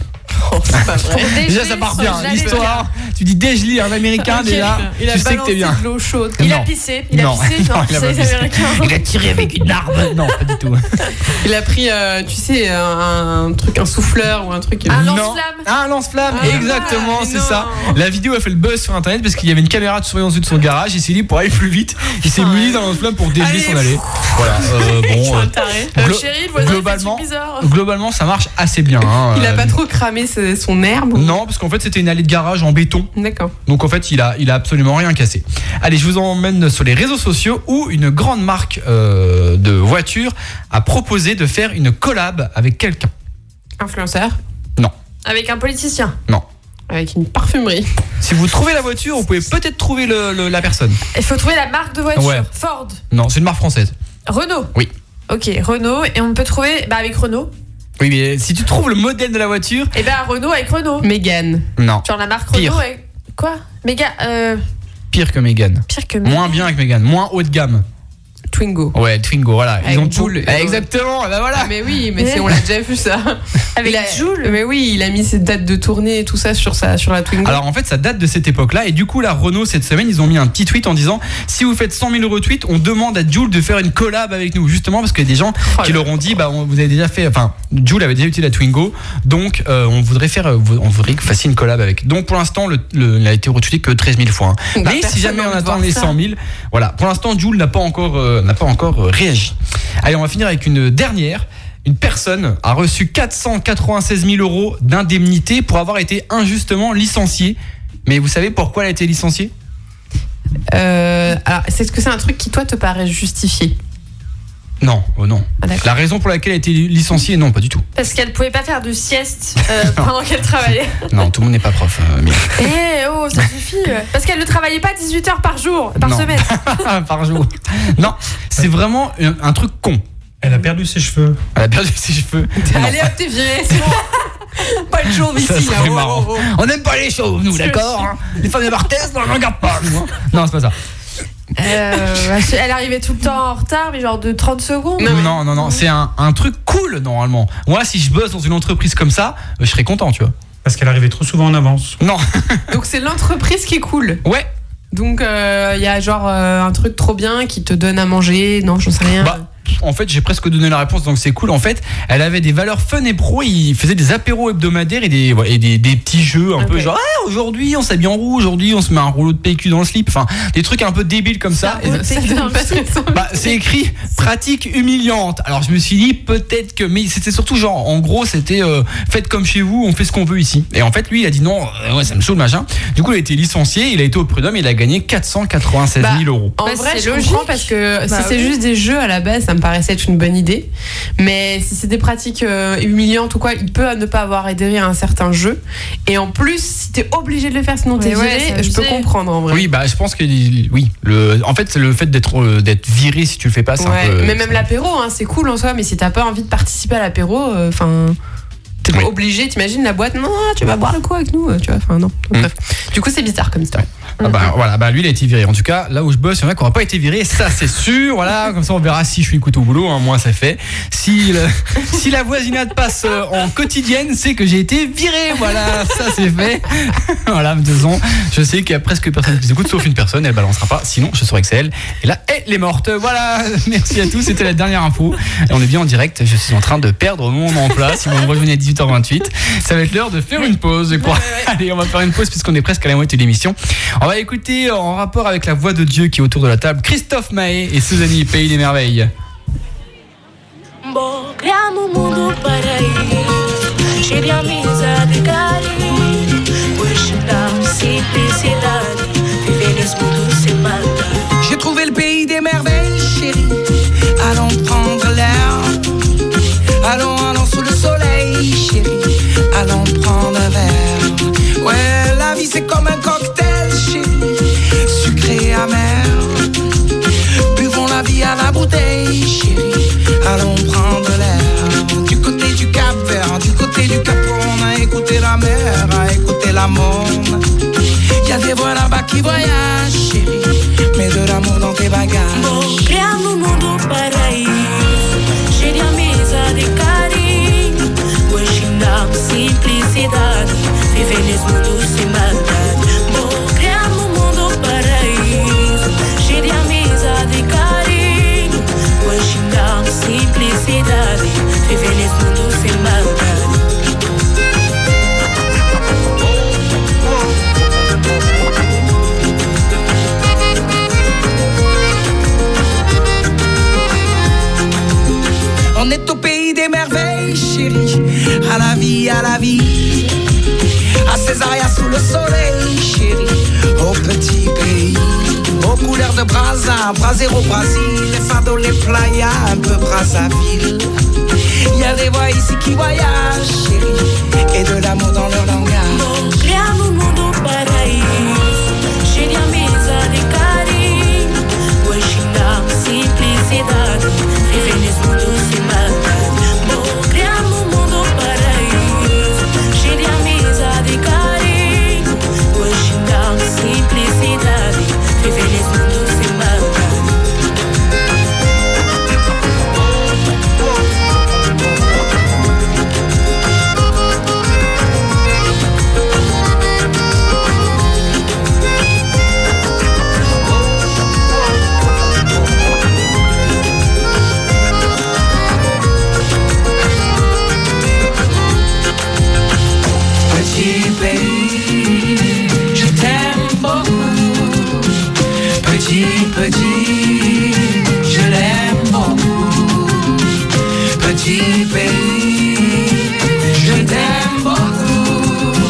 c'est pas vrai. Déjà ça part bien, Dégeler son l'histoire, tu dis dégeler un Américain Ok. Ah, déjà, Il a tu sais que t'es balancé bien. de l'eau chaude. Il a Non. pissé, il Non. a pissé, [laughs] Non, genre, il a c'est pas les pissé. Américains. Il a tiré avec une arme Non, pas du tout. Il a pris, euh, tu sais, un, un truc, un souffleur ou un truc. euh, Un Non. lance-flamme. Ah, Un lance-flamme, Ah, exactement, mais c'est non. ça. La vidéo a fait le buzz sur internet parce qu'il y avait une caméra de surveillance de son garage. Il s'est dit pour aller plus vite, il s'est Putain, muni d'un lance-flamme pour dégeler Allez. son allée. Voilà, [laughs] euh, bon. euh, un taré. Euh, glo- chérie, le voisin, il fait des globalement- trucs bizarres. globalement, ça marche assez bien. [laughs] hein. Il a Euh, pas trop cramé ce- son herbe. Non, parce qu'en fait, c'était une allée de garage en béton. D'accord. Donc en fait, il a, il a absolument rien cassé. Allez, je vous emmène sur les réseaux sociaux où une grande marque euh, de voitures a proposé de faire une collab avec quelqu'un. Influenceur Avec un politicien. avec une parfumerie. Si vous trouvez la voiture, vous pouvez peut-être trouver le- le- la personne. Il faut trouver la marque de voiture. Ouais. Ford. Non, c'est une marque française. Renault. Oui. Ok, Renault. Et on peut trouver. Bah, avec Renault. Oui, mais si tu trouves le modèle de la voiture. Et ben Renault avec Renault. Mégane. Non. Genre la marque Pire. Renault avec. Quoi Méga. Euh, Pire que Mégane. pire que. Moins bien que Mégane. Moins haut de gamme. Twingo. Ouais, Twingo, voilà. Ils Avec ont tout. boule. Eh, exactement, bah voilà. Ah, Mais oui, mais c'est- on l'a déjà vu [laughs] ça. Avec Il a- Joule. Mais oui, il a mis ses dates de tournée et tout ça sur, sa, sur la Twingo. Alors en fait, ça date de cette époque-là. Et du coup, la Renault, cette semaine, ils ont mis un petit tweet en disant si vous faites 100 000 retweets, on demande à Jules de faire une collab avec nous. Justement, parce qu'il y a des gens Oh qui là leur ont dit bah, on, vous avez déjà fait. Enfin, Jules avait déjà utilisé la Twingo. Donc, euh, on voudrait faire. euh, vous- on voudrait que vous fassiez une collab avec. Donc, pour l'instant, le, le- il a été retweeté que 13 000 fois. hein. Bah, Mais si personne jamais n'a on envie de attend voir les ça. 100 000, voilà. Pour l'instant, Jules n'a pas encore, euh, n'a pas encore euh, réagi. Allez, on va finir avec une dernière. Une personne a reçu 496 000 euros d'indemnité pour avoir été injustement licenciée. Mais vous savez pourquoi elle a été licenciée Euh, alors, c'est ce que c'est un truc qui, toi, te paraît justifié. Non, oh non. Ah, d'accord. La raison pour laquelle elle a été licenciée, non, pas du tout. Parce qu'elle pouvait pas faire de sieste [laughs] euh, pendant qu'elle travaillait. Non, tout le monde n'est pas prof. euh, [laughs] Mia. Eh oh, ça suffit. Parce qu'elle ne travaillait pas 18 heures par jour, par Non. semaine. [laughs] Ah, Par jour. Non, c'est vraiment un, un truc con. Elle a perdu ses cheveux. Elle a perdu ses cheveux. Non. Allez, hop, t'es viré, c'est bon. [laughs] Pas de chauve Ça ici. serait là. Oh, marrant. oh, oh. On n'aime pas les chauves, nous, d'accord hein Les femmes de Barthès, on ne regarde pas, nous. hein. Non, c'est pas ça. Euh, elle arrivait tout le temps en retard, mais genre de 30 secondes. Bah, Non, non, non, c'est un, un truc cool, normalement. Moi, si je bosse dans une entreprise comme ça, euh, je serais content, tu vois. Parce qu'elle arrivait trop souvent en avance. Non, Donc, c'est l'entreprise qui est cool. ouais, Donc, euh, il y a genre euh, un truc trop bien qui te donne à manger. Non, j'en sais rien. Bah, en fait, j'ai presque donné la réponse, donc c'est cool. En fait, elle avait des valeurs fun et pro. Ils faisaient des apéros hebdomadaires et des, ouais, et des, des petits jeux un peu genre Ah, aujourd'hui on s'habille en rouge, aujourd'hui on se met un rouleau de PQ dans le slip. Enfin, des trucs un peu débiles comme ça. Et- ça donne pas très envie. bah, c'est écrit pratique humiliante. Alors je me suis dit peut-être que, mais c'était surtout genre, en gros, c'était euh, faites comme chez vous, on fait ce qu'on veut ici. Et en fait, lui, il a dit non, euh, ouais, ça me saoule, machin. Du coup, il a été licencié, il a été au prud'homme, il a gagné 496 000 Bah, euros. En Bah, vrai, c'est je logique. comprends parce que Bah, si c'est oui. juste des jeux à la base, ça me paraissait être une bonne idée. Mais si c'est des pratiques euh, humiliantes ou quoi, il peut ne pas avoir adhéré à un certain jeu. Et en plus, si t'es obligé de le faire sinon t'es Mais ouais, viré, c'est je peux abusé. comprendre en vrai. Oui, bah je pense que oui. Le, en fait, le fait d'être euh, d'être viré si tu le fais pas, c'est Ouais, un peu. mais même l'apéro, hein, c'est cool en soi, mais si t'as pas envie de participer à l'apéro, euh, enfin. T'es Oui. pas obligé, t'imagines la boîte, non, tu vas boire le coup avec nous, euh, tu vois, enfin non. Donc, Mm. bref. Du coup, c'est bizarre comme histoire. Ah bah, voilà, bah lui il a été viré. En tout cas, là où je bosse, il y en a qui n'auront pas été virés, ça c'est sûr. Voilà, comme ça on verra si je suis écoute au boulot. hein, moi ça fait. Si, le- [laughs] si la voisinade passe euh, en quotidienne, c'est que j'ai été viré. Voilà, ça c'est fait. voilà, de toute façon, je sais qu'il y a presque personne qui s'écoute, sauf une personne, elle balancera pas. Sinon, je saurais que c'est elle. Et là, elle est morte. Voilà, [laughs] merci à tous. C'était la dernière info. Et on est bien en direct. Je suis en train de perdre mon emploi. Si vous me rejoignez à 18h28, ça va être l'heure de faire une pause. Quoi. Allez, on va faire une pause puisqu'on est presque à la moitié de l'émission. On va écouter euh, en rapport avec la voix de Dieu qui est autour de la table Christophe Mahé et Suzanne Pays des Merveilles. Criamo um mundo para ir. Cheio de amizade e carinho. Hoje dá simplicidade. Viver nesse mundo sem mata. J'ai trouvé le pays des merveilles, chérie. Allons prendre l'air. Allons, allons sous le soleil, chérie. Allons prendre un verre. Ouais, la vie c'est comme un cocktail, chérie. Sucré, amer. Buvons la vie à la bouteille, chérie. Allons prendre l'air. Du côté du Cap Vert, du côté du Cap, on a écouté la mer, a écouté la monde. Y'a des voix là-bas qui voyagent, chérie. Mets de l'amour dans tes bagages. Criamo um mundo para ir. Cheio de amizade e carinho. Hoje dá simplicidade. Viver nesse mundo sem maldade. Bom, criamo um mundo para ir. Cheio de amizade e carinho. Hoje dá simplicidade. Viver nesse mundo sem maldade. On est au pays des merveilles, chérie. À la vie, à la vie. À Césaria sous le soleil, chérie. Au petit pays. Aux couleurs de Brasa, Brasero, Brasil. Les fados, les playas, un peu Brazzaville. Y a des voix ici qui voyagent, chérie. Et de l'amour dans leur langage. Criamo um mundo paraíso, cheio de amizade e carinho. Hoje dá simplicidade, viver nesse mundo sem maldade. Bom, criamo um mundo petit, petit, je l'aime beaucoup. Petit pays, je t'aime beaucoup.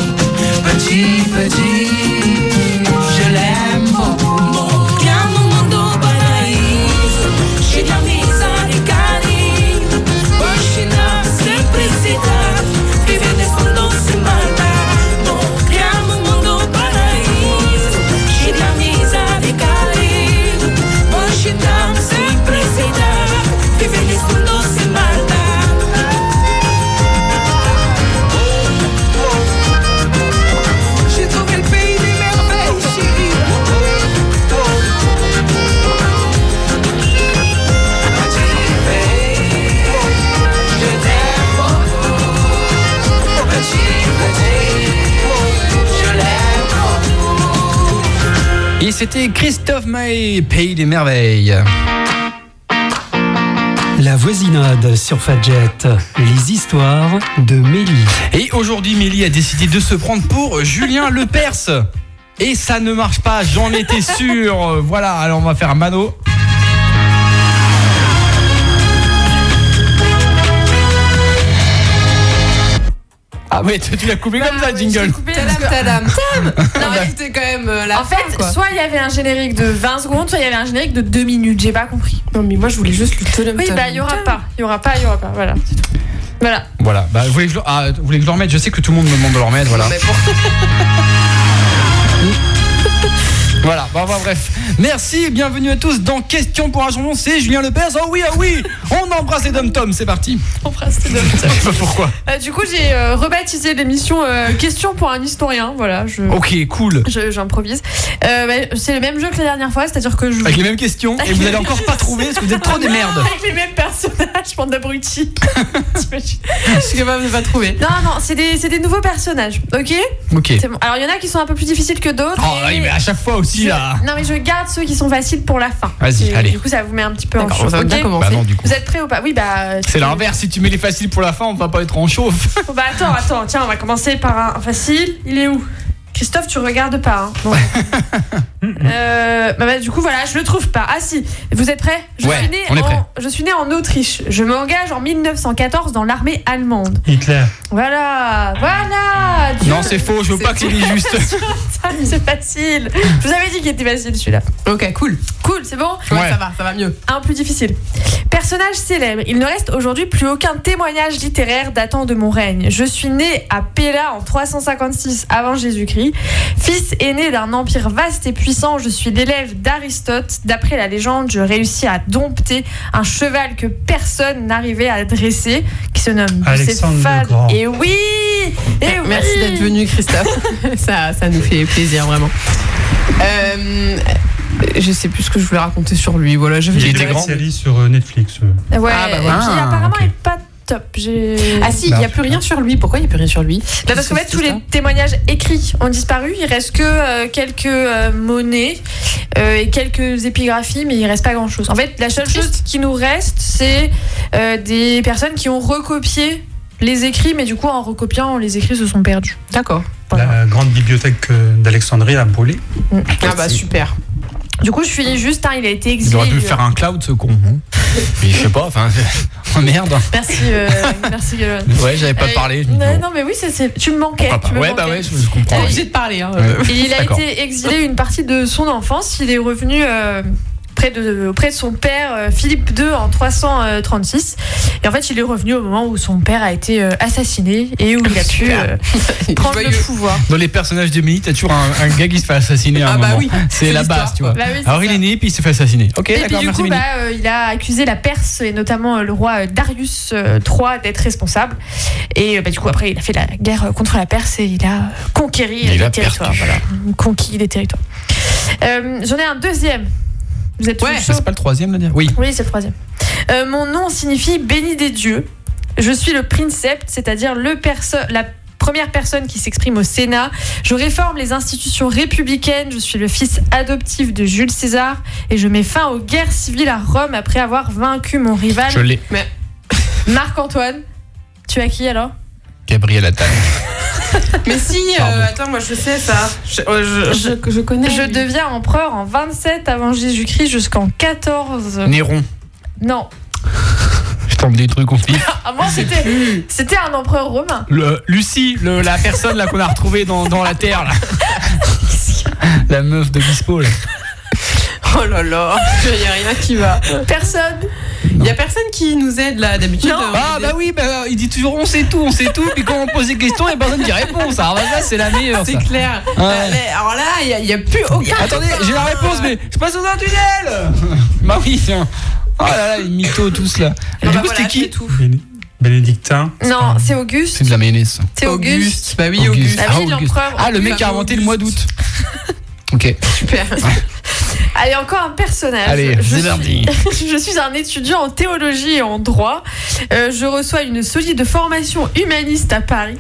Petit, petit, je l'aime beaucoup. Lá no mundo paraíso, cheio de amizade e carinho. Hoje na simplicidade, viver nesse mundo sem maldade. Bom, lá no mundo paraíso, cheio de amizade e carinho. Hoje na simplicidade, viver nesse mundo sem maldade. J'ai trouvé le pays des merveilles, chérie. Petit pays, je t'aime beaucoup. Petit, petit, je l'aime beaucoup. Et c'était Christophe Maé, Pays des Merveilles. La voisinade sur Fadjet. Les histoires de Mélie. Et aujourd'hui, Mélie a décidé de se prendre pour Julien Lepers. Et ça ne marche pas, j'en étais sûr. Voilà, alors on va faire Mano. Ah mais tu, tu l'as coupé comme ça, jingle. Tadam, tadam, tadam [laughs] Non, bah. mais c'était quand même euh, la En fin, fait, quoi. soit il y avait un générique de 20 secondes, soit il y avait un générique de 2 minutes. J'ai pas compris. Non, mais moi, je voulais juste le tadam, Oui, bah, il y aura pas. Il y aura pas, il y aura pas. Voilà. c'est tout. Voilà. Voilà, bah vous voulez, que je, le- ah, vous voulez que je le remette Je sais que tout le monde me demande de le remettre, voilà. [laughs] Voilà, bon, bah, bref. Merci, bienvenue à tous dans Question pour un champion, c'est Julien Lepers. Oh oui, oh oui On embrasse les dom-toms, c'est parti. Embrasse [laughs] tes deux. Je sais pas pourquoi. Euh, du coup, j'ai euh, rebaptisé l'émission euh, Question pour un historien. Voilà, je. Ok, cool. je- J'improvise. Euh, bah, c'est le même jeu que la dernière fois, c'est-à-dire que je. Avec les mêmes questions, et vous allez encore pas trouver parce que vous êtes trop des merdes. [laughs] Avec les mêmes personnages, [laughs] bande d'abrutis. T'imagines Je suis capable de pas trouver. non, non, c'est des, c'est des nouveaux personnages, ok Ok. C'est bon. Alors, il y en a qui sont un peu plus difficiles que d'autres. Oh, et- oui, mais à chaque fois aussi Je- là. Non, mais je garde ceux qui sont faciles pour la fin. Vas-y, Et allez. Du coup, ça vous met un petit peu en D'accord, chauffe. ça va bien ok commencer. Bah non, du coup. Vous êtes prêts ou pas Oui, bah. C'est l'inverse, si tu mets les faciles pour la fin, on va pas être en [laughs] chauffe. Bon, bah attends, attends, tiens, on va commencer par un facile. Il est où Christophe, tu regardes pas. hein. [laughs] Bon. Euh, bah, bah, du coup, voilà, je le trouve pas. Ah si, vous êtes prêts je Ouais, suis né on est en, prêts. Je suis né en Autriche. Je m'engage en 1914 dans l'armée allemande. Hitler. Voilà, voilà. Dieu, Non, c'est faux, je veux C'est pas que les juste. ça, [laughs] c'est facile. Je vous avais dit qu'il était facile celui-là. Ok, cool. Cool, c'est bon Ouais, Ouais. ça va, ça va mieux. un plus difficile. Personnage célèbre, il ne reste aujourd'hui plus aucun témoignage littéraire datant de mon règne. Je suis né à Pella en 356 avant Jésus-Christ. Fils aîné d'un empire vaste et puissant, je suis l'élève d'Aristote. D'après la légende, je réussis à dompter un cheval que personne n'arrivait à dresser, qui se nomme Alexandre le Bucéphale. Grand. Et oui Et Eh oui Merci d'être venu, Christophe. ça, ça nous fait plaisir, vraiment. Euh, je sais plus ce que je voulais raconter sur lui. Voilà, je vais Il y a était une grand. série sur euh, Netflix. euh. Ouais, Ah, bah et voilà. puis, apparemment, ok. il est pas top. J'ai- Ah si, il n'y a plus rien sur lui. Pourquoi il n'y a plus rien sur lui Bah parce qu'en fait, tous les témoignages écrits ont disparu. Il reste que euh, quelques euh, monnaies euh, et quelques épigraphies, mais il reste pas grand-chose. En fait, la seule chose qui nous reste, c'est euh, des personnes qui ont recopié les écrits, mais du coup, en recopiant, les écrits se sont perdus. D'accord. La grande bibliothèque euh, d'Alexandrie a brûlé. Ah bah super. Du coup, je suis juste, hein, il a été Il exilé. aurait dû lui. faire un cloud, ce con. [laughs] hein. Mais je sais pas, enfin. [laughs] Oh merde. Merci, [laughs] euh, merci, Gueulon. Ouais, j'avais pas Euh, parlé. je me dis, Non, bon, non, mais oui, c'est- c'est- tu me manquais. pourquoi pas. tu me Ouais, bah manquais. Ah, ouais, je je comprends. T'es ouais. obligé de parler. Hein. [laughs] Ouais. Et il a D'accord. été exilé une partie de son enfance. Il est revenu euh, près, de, auprès de son père euh, Philippe II en 336. Et en fait, il est revenu au moment où son père a été euh, assassiné et où il a pu euh, Ah, prendre le [laughs] Joyeux. pouvoir. Dans les personnages de Mélie, t'as toujours un, un gars qui se fait assassiner à un Ah bah moment. oui, c'est c'est la base, l'histoire, tu vois. Bah oui, c'est Alors il ça. est né, puis il s'est fait assassiner. Ok, Et puis d'accord, du merci coup, Mélie. bah, euh, il a accusé la Perse et notamment euh, le roi euh, Darius euh, III d'être responsable. Et euh, bah, du coup, après, il a fait la guerre euh, contre la Perse et il a euh, conquéri Il a euh, les territoires. perdu. Voilà, conquis les territoires. Euh, J'en ai un deuxième. Vous êtes Ouais. toujours Ça, chaud c'est pas le troisième, là dire Oui. Oui, c'est le troisième. Euh, mon nom signifie béni des dieux. Je suis le princeps, c'est-à-dire le perso la première personne qui s'exprime au Sénat. Je réforme les institutions républicaines. Je suis le fils adoptif de Jules César et je mets fin aux guerres civiles à Rome après avoir vaincu mon rival Je l'ai. Marc-Antoine. Tu as qui alors Gabriel Attal. Mais si, euh, Pardon. attends, moi je sais ça. Je, euh, je- je- je connais. Je deviens empereur en 27 avant Jésus-Christ jusqu'en 14. Néron. Non. Je tombe des trucs au pif. Ah, moi, c'était c'était un empereur romain. Le, Lucie, le- la personne là qu'on a retrouvée dans, dans la terre [laughs] là. La meuf de Bispo là. Oh là là, [laughs] il n'y a rien qui va. Personne. Il n'y a personne qui nous aide là d'habitude. Euh, Non. on Ah est bah oui, bah, il dit toujours on sait tout, on sait tout, puis quand on pose des questions, il n'y a personne qui répond. Ça, Ah, bah, ça c'est la meilleure. C'est ça. clair. Ouais. Euh, mais Alors là, il n'y a, il y a plus aucun. Attendez, j'ai la réponse, mais je passe dans un [laughs] tunnel Bah oui, tiens. Oh là là, les mythos tous là. Et Bon, du bah coup, voilà, c'était c'est qui tout. Béné- Bénédictin. Non, c'est Auguste. de la mayonnaise. C'est Auguste. Bah oui, Auguste. La Ah, vie de Auguste. l'empereur. Ah, le mec qui a inventé le mois d'août. Ok. Super. Allez, encore un personnage. Allez, je c'est suis... parti. [laughs] je suis un étudiant en théologie et en droit. Euh, je reçois une solide formation humaniste à Paris.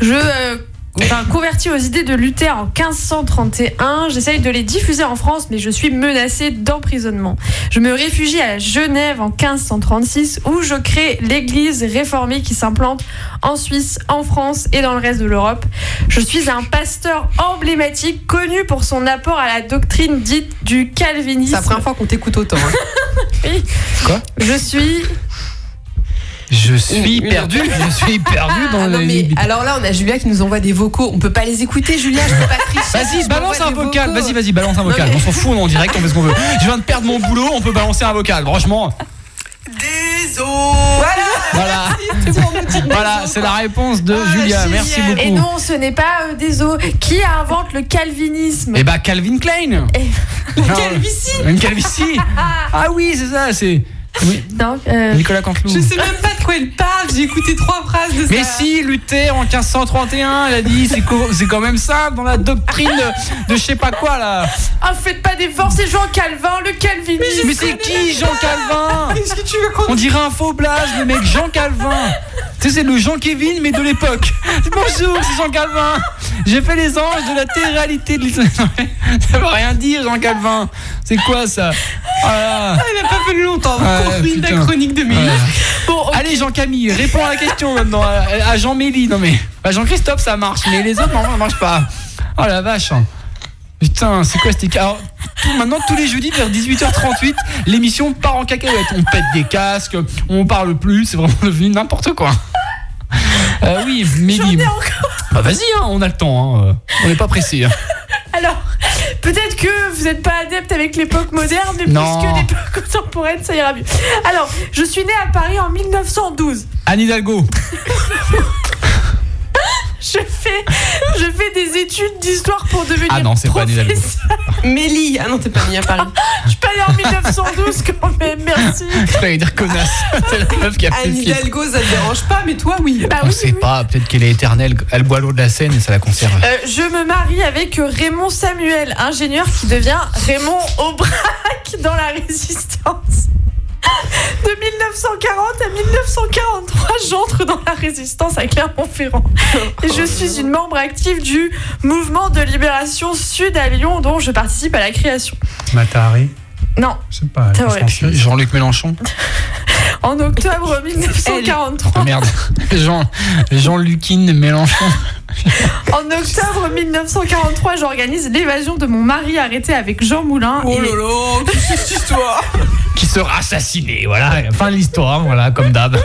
Je. euh, enfin, converti aux idées de Luther en 1531, j'essaye de les diffuser en France, mais je suis menacé d'emprisonnement. Je me réfugie à Genève en 1536, où je crée l'église réformée qui s'implante en Suisse, en France et dans le reste de l'Europe. Je suis un pasteur emblématique connu pour son apport à la doctrine dite du C'est la calvinisme. première fois qu'on t'écoute autant. hein. [laughs] Je suis Je suis Une- perdu, je suis perdu dans Ah non, les- mais alors là, on a Julia qui nous envoie des vocaux. On peut pas les écouter, Julia, je peux pas tricher. Vas-y, je balance m'envoie un des vocal. vocaux. Vas-y, vas-y, balance un vocal. mais- On s'en fout, on est en direct, on fait ce qu'on veut. Je viens de perdre mon boulot, on peut balancer un vocal. Franchement, voilà, [laughs] C'est bon, on nous dit. voilà, c'est la réponse de Ah, Julia. génial. Merci beaucoup. Et non, ce n'est pas euh, des os. Qui invente le calvinisme Eh bah Calvin Klein. Non, Calvitie. Une [laughs] calvitie. Ah oui, c'est ça, c'est oui, Non, euh, Nicolas Canteloup. Je sais même pas de quoi elle parle. J'ai écouté trois phrases de ça. Mais si, Luther en 1531, elle a dit, c'est co- c'est quand même ça dans la doctrine de je sais pas quoi là. Ah, faites pas des forces, c'est Jean Calvin, le calvinisme. Mais c'est qui Jean Calvin Qu'est-ce que tu veux qu'on On dirait un faux blaze, le mec Jean Calvin. Tu sais, c'est le Jean Kevin, mais de l'époque. Bonjour, c'est Jean Calvin. J'ai fait les anges de la télé-réalité de l'histoire. [laughs] Ça veut rien dire, Jean Calvin. C'est quoi ça Ah là là. Elle a pas fallu longtemps pour Ouais, construire la putain. chronique de Mélie. Ouais. Allez, Jean-Camille, réponds à la question maintenant. À, à Jean-Mélie, non mais. à Jean-Christophe, ça marche, mais les autres, normalement, ça marche pas. Oh la vache. Putain, c'est quoi c'était Alors, tout- maintenant, tous les jeudis, vers 18h38, l'émission part en cacahuète. On pète des casques, on parle plus, c'est vraiment devenu n'importe quoi. Euh, oui, Mélie. Bah, vas-y, hein, on a le temps, hein, euh, on n'est pas pressé. hein. Alors, peut-être que vous n'êtes pas adepte avec l'époque moderne, mais Non. plus que l'époque contemporaine, ça ira mieux. Alors, je suis né à Paris en 1912. Anne Hidalgo, [laughs] Je fais, je fais des études d'histoire pour devenir Ah non, c'est pas Anne Hidalgo. professeur. Mélie. Ah non, t'es pas venue à Paris. Je suis pas né en 1912 quand même, merci. j'allais dire connasse. C'est la meuf qui a fait [laughs] Anne le film. Hidalgo, ça te dérange pas, mais toi, oui. Bah On oui, sait oui. pas, peut-être qu'elle est éternelle, elle boit l'eau de la Seine et ça la conserve. Euh, je me marie avec Raymond Samuel, ingénieur qui devient Raymond Aubrac [laughs] dans la résistance. De 1940 à 1943, j'entre dans la résistance à Clermont-Ferrand. Et je suis une membre active du mouvement de libération sud à Lyon, dont je participe à la création. Matari. Non, Je sais pas. Ça elle est aurait française. Jean-Luc Mélenchon en octobre 1943. Ah, Merde. [laughs] Jean, Jean-Lucine Mélenchon. En octobre 1943, j'organise l'évasion de mon mari arrêté avec Jean Moulin. Oh Il est- lolo, qu'est-ce que c'est cette histoire Qui sera assassiné, voilà. Fin de l'histoire, voilà, comme d'hab.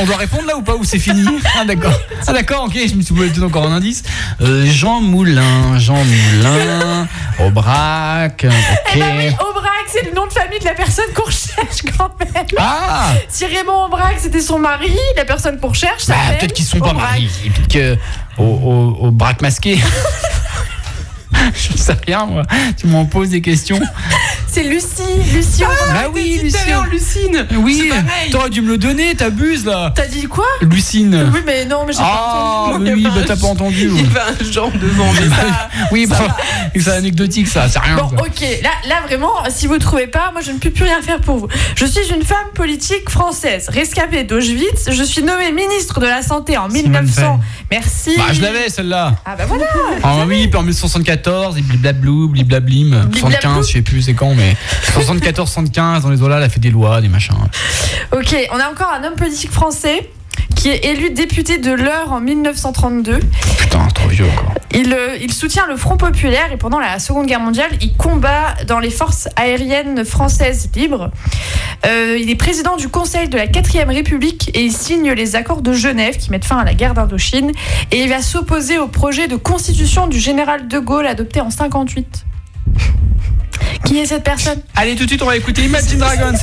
On doit répondre là ou pas Ou c'est fini Ah d'accord. Ah d'accord, ok, je me suis donné encore un indice. Euh, Jean Moulin, Jean Moulin, Aubrac, Eh ben oui, ok. Aubrac, c'est le nom de famille de la personne qu'on recherche quand même. Ah Si Raymond Aubrac, c'était son mari, la personne qu'on recherche, ça Bah, peut-être qu'ils sont pas Aubrac. mariés. Peut-être que. Au, au, au braque [laughs] masqué. Je sais rien, moi. Tu m'en poses des questions. Ah, C'est Lucie, Lucie Aubrac. bah oui, Tout à l'heure, Ah Lucine. Euh, Oui, C'est pareil. t'aurais dû me le donner, t'abuses là. T'as dit quoi Lucine. [laughs] Oui, mais non, mais j'ai Oh, pas Ah, entendu. mais oui, bah t'as pas entendu. [laughs] Il y avait un genre devant, mais ça. Oui, bah, c'est anecdotique ça, c'est rien. Bon, quoi. ok, là, là vraiment, si vous trouvez pas, moi je ne peux plus rien faire pour vous. Je suis une femme politique française, rescapée d'Auschwitz. Je suis nommée ministre de la Santé en Simone 1900. Veil. Merci. Bah, je l'avais celle-là. Ah bah voilà. Ah oui, puis en 1974, et bliblablou, bliblablim. Bliblablou. 75, je sais plus c'est quand, mais 74, 75, dans les eaux-là, elle a fait des lois, des machins. Ok, on a encore un homme politique français qui est élu député de l'Eure en 1932. Putain, c'est trop vieux encore. Il, euh, il soutient le Front populaire et pendant la Seconde Guerre mondiale, il combat dans les forces aériennes françaises libres. Euh, il est président du Conseil de la 4ème République et il signe les accords de Genève qui mettent fin à la guerre d'Indochine. Et il va s'opposer au projet de constitution du général de Gaulle adopté [laughs] en 58. Qui est cette personne Allez, tout de suite, on va écouter Imagine [laughs] Dragons.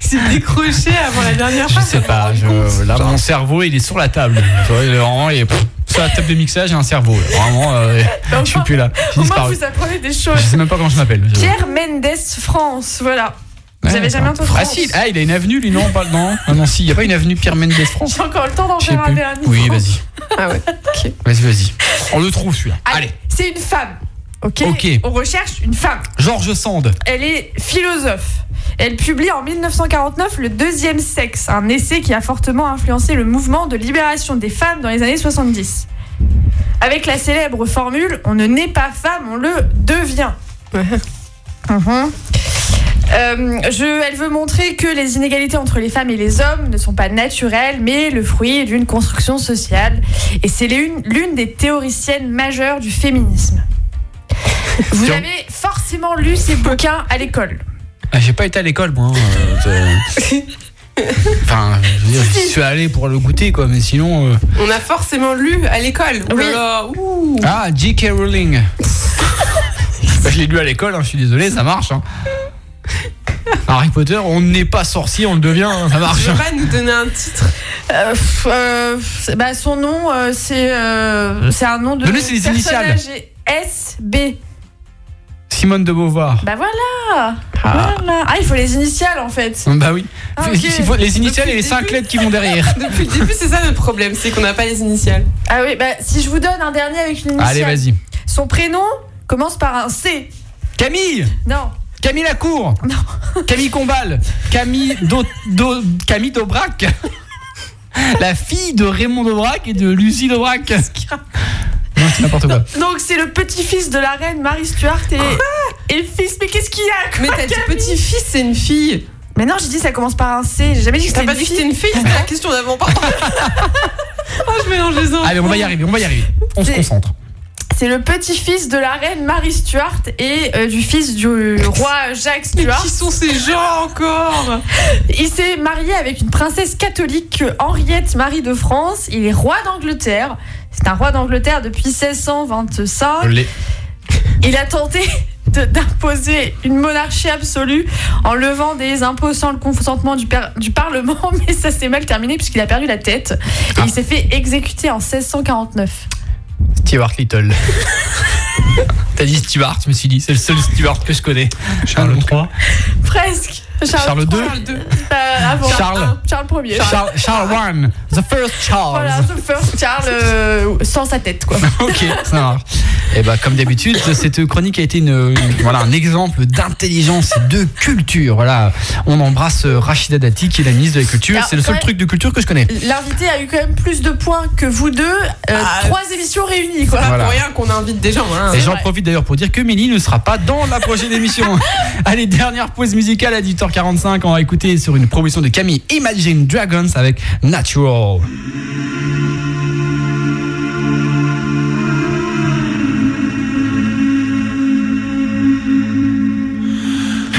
C'est décroché avant la dernière Je fois. sais pas, je- là, mon cerveau, il est sur la table. Tu vois, il est vraiment, il est pff, sur la table de mixage, j'ai un cerveau. là. Vraiment, euh, je suis plus là. J'ai Au moins, disparu. vous apprenez des Je choses. sais même pas comment je m'appelle. Pierre Mendès France, voilà. Vous Ouais, avez jamais ça. entendu Ah France si, ah, il a une avenue, lui, non pas, Non, ah, non, si, il n'y a pas une avenue Pierre Mendès France J'ai encore le temps d'en Je sais faire un plus. dernier. Oui, vas-y. Ah ouais, ok. Vas-y, vas-y. On le trouve, celui-là. Allez, Allez, c'est une femme. Ok. Ok. On recherche une femme. Georges Sand. Elle est philosophe. Elle publie en 1949 Le deuxième sexe, un essai qui a fortement influencé le mouvement de libération des femmes dans les années 70. Avec la célèbre formule On ne naît pas femme, on le devient. Mhm. Euh, je- elle veut montrer que les inégalités entre les femmes et les hommes ne sont pas naturelles, mais le fruit d'une construction sociale. Et c'est l'une l'une des théoriciennes majeures du féminisme. Vous Tiens. avez forcément lu ces bouquins à l'école. Ah, j'ai pas été à l'école, moi. hein, euh, t'as- enfin, je veux dire, j'y suis allé pour le goûter, quoi, mais sinon. euh, [laughs] On a forcément lu à l'école. Oh là Oui. là, ouh. Ah, J.K. Rowling. Bah, je l'ai lu à l'école, hein, je suis désolé, ça marche. hein. Harry Potter, on n'est pas sorcier, on le devient, hein, ça Tu marche. [laughs] veux pas nous donner un titre Euh, pff, euh, c'est- bah, son nom, euh, c'est euh, c'est un nom de Donnez ses initiales. personnage et SB. Simone de Beauvoir. Bah voilà. Voilà. Ah, il faut les initiales en fait. Bah oui. Ah, ok. Il faut les initiales Depuis et les le cinq début. lettres qui vont [laughs] derrière. Depuis le début, c'est ça notre problème, c'est qu'on n'a pas les initiales. Ah oui, bah si je vous donne un dernier avec une initiale. Allez, vas-y. Son prénom commence par un C. Camille Non. Camille Lacour Camille Combal Camille, Do- Do- Camille [laughs] Daubrac La fille de Raymond Daubrac et de Lucie Daubrac Non, c'est n'importe [laughs] quoi. Donc c'est le petit-fils de la reine Marie Stuart et, et le fils. Mais qu'est-ce qu'il y a Mais t'as dit petit-fils, c'est une fille. Mais non, j'ai dit ça commence par un C. J'ai jamais dit que T'as c'était pas dit une que fille. c'était une fille, c'était la question [laughs] d'avant, pardon. oh, je mélange les enfants. Allez, on va y arriver, on va y arriver. On se C'est- concentre. C'est le petit-fils de la reine Marie Stuart et euh, du fils du roi Jacques Mais Stuart. qui sont ces gens encore Il s'est marié avec une princesse catholique, Henriette Marie de France. Il est roi d'Angleterre. C'est un roi d'Angleterre depuis 1625. Il a tenté [laughs] de- d'imposer une monarchie absolue en levant des impôts sans le consentement du, par- du Parlement, [laughs] mais ça s'est mal terminé puisqu'il a perdu la tête. Ah. Et il s'est fait exécuter en 1649. Stewart Little. [laughs] T'as dit Stewart, je me suis dit, c'est le seul Stewart que je connais. Charles III. Presque. Charles III, II. euh, avant. Charles. Charles Ier. Charles, Charles One, the first Charles. Voilà, the first Charles euh, sans sa tête quoi. [laughs] Ok, ça marche. Et bah, comme d'habitude, cette chronique a été une, une- voilà, un exemple d'intelligence et de culture. Voilà. On embrasse euh, Rachida Dati, qui est la ministre de la Culture. Alors, C'est le seul ouais. truc de culture que je connais. L'invité a eu quand même plus de points que vous deux, euh, Ah. trois émissions réunies quoi. Pas Voilà. pour rien qu'on invite des gens. Hein. Et j'en vrai. profite d'ailleurs pour dire que Mélie ne sera pas dans la prochaine émission. Allez, dernière pause musicale à 18h45. On va écouter sur une promotion de Camille Imagine Dragons avec Natural.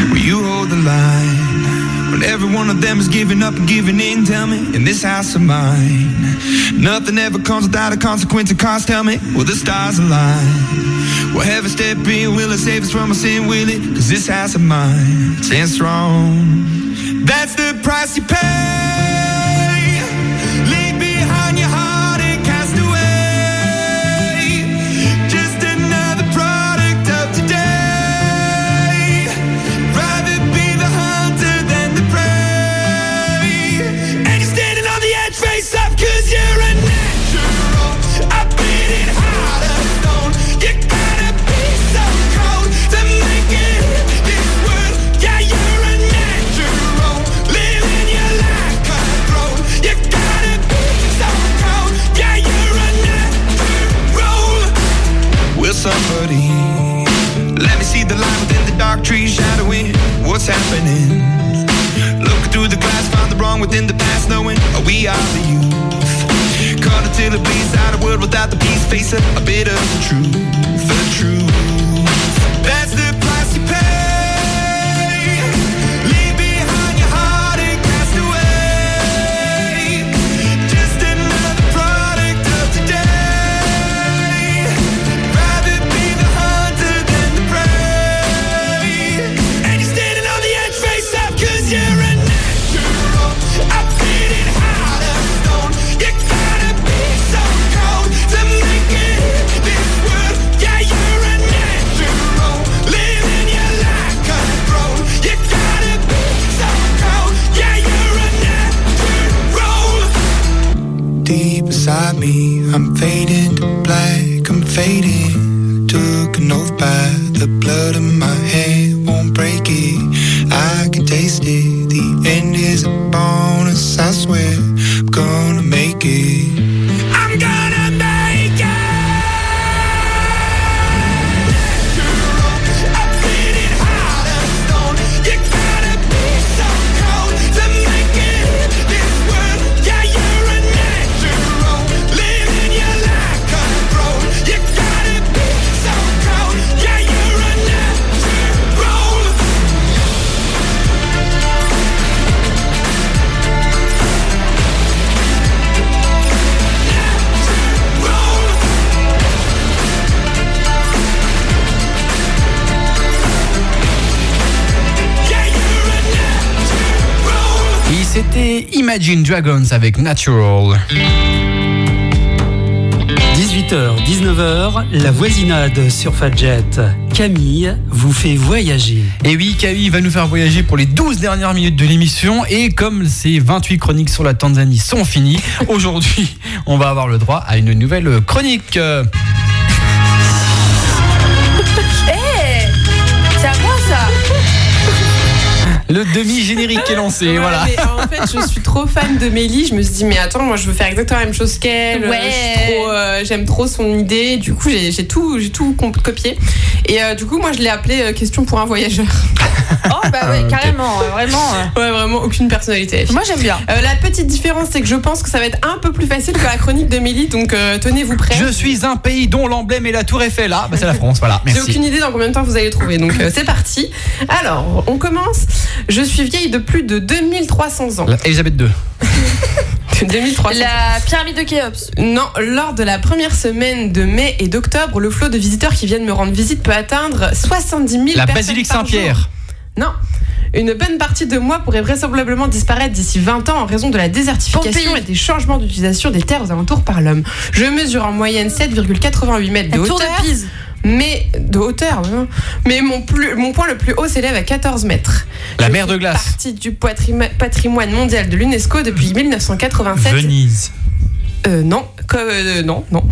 Will you hold the line? When every one of them is giving up and giving in, tell me, in this house of mine, nothing ever comes without a consequence of cost, tell me, will the stars align? Will heaven step in, will it save us from our sin, will it? Cause this house of mine stands strong. That's the price you pay. Leave behind your heart and cast away. Just another product of today. Rather be the hunter than the prey. And you're standing on the edge, face up, cause you're a natural. I've been in hot as stone. You gotta be so cold to make it in this world. Yeah, you're a natural. Living your life controlled. You gotta be so cold. Yeah, you're a natural. Will somebody let me see the light within the dark trees shadowing? What's happening? Looking through the glass, found the wrong belong within the past, knowing we are the youth. Caught until it bleeds out a world without the peace, face a, a bit of the truth, the truth. That's the price you pay. Leave behind your heart and cast away. Just another product of today. Rather be the hunter than the prey. And you're standing on the edge, face up, cause you're a natural. I'm feeling out of stone. You gotta be so cold to make it in this world. Yeah, you're a natural. Living your life control. You gotta be so cold. Yeah, you're a natural. Deep inside me, I'm fading to black, I'm fading. Took an oath by the blood of my head, won't break it. I can taste it, the end is a bonus, I swear. I'm gonna make it. I'm gonna make it! I'm feeling hot as stone. You gotta be so cold to make it in this world. Yeah, you're a natural. Living your life control. You gotta be so cold. Yeah, you're a natural. Yeah, you're a natural. Et c'était Imagine Dragons avec Natural. 18h, 19h, la voisinade sur Fadjet. Camille vous fait voyager. Et oui, Kawi va nous faire voyager pour les 12 dernières minutes de l'émission. Et comme ces 28 chroniques sur la Tanzanie [laughs] sont finies, aujourd'hui, on va avoir le droit à une nouvelle chronique. Euh, Eh C'est à moi ça Le demi-générique est lancé, Ouais, voilà. mais euh, en fait, je suis trop fan de Mélie. Je me suis dit, mais attends, moi, je veux faire exactement la même chose qu'elle. Ouais. Je suis trop, euh, J'aime trop, son idée. Du coup, j'ai j'ai tout, j'ai tout comp- copié. Et euh, du coup, moi, je l'ai appelée euh, Question pour un [laughs] voyageur. Oh bah Ah, ouais, carrément, ouais, vraiment. ouais. Ouais, vraiment, aucune personnalité. Moi j'aime bien. Euh, la petite différence, c'est que je pense que ça va être un peu plus facile que la chronique de Mélie. Donc, euh, tenez-vous prêts. Je suis un pays dont l'emblème est la tour Eiffel. Ah, bah c'est la France, voilà. J'ai Merci. aucune idée dans combien de temps vous allez trouver, donc euh, c'est parti. Alors, on commence. Je suis vieille de plus de 2300 ans. La- Elisabeth II. [laughs] 2300 La pyramide de Khéops. Non, lors de la première semaine de mai et d'octobre, le flot de visiteurs qui viennent me rendre visite peut atteindre 70 000 La personnes basilique par jour. Saint-Pierre. Non. Une bonne partie de moi pourrait vraisemblablement disparaître d'ici 20 ans en raison de la désertification Pompéi. et des changements d'utilisation des terres aux alentours par l'homme. Je mesure en moyenne 7,88 mètres de La tour hauteur, de Pise. mais de hauteur, hein. mais mon, plus- mon point le plus haut s'élève à 14 mètres. La Je mer fais de glace. Partie du poitrima- patrimoine mondial de l'UNESCO depuis 1987. Venise. Euh, non, Co- euh, non, non.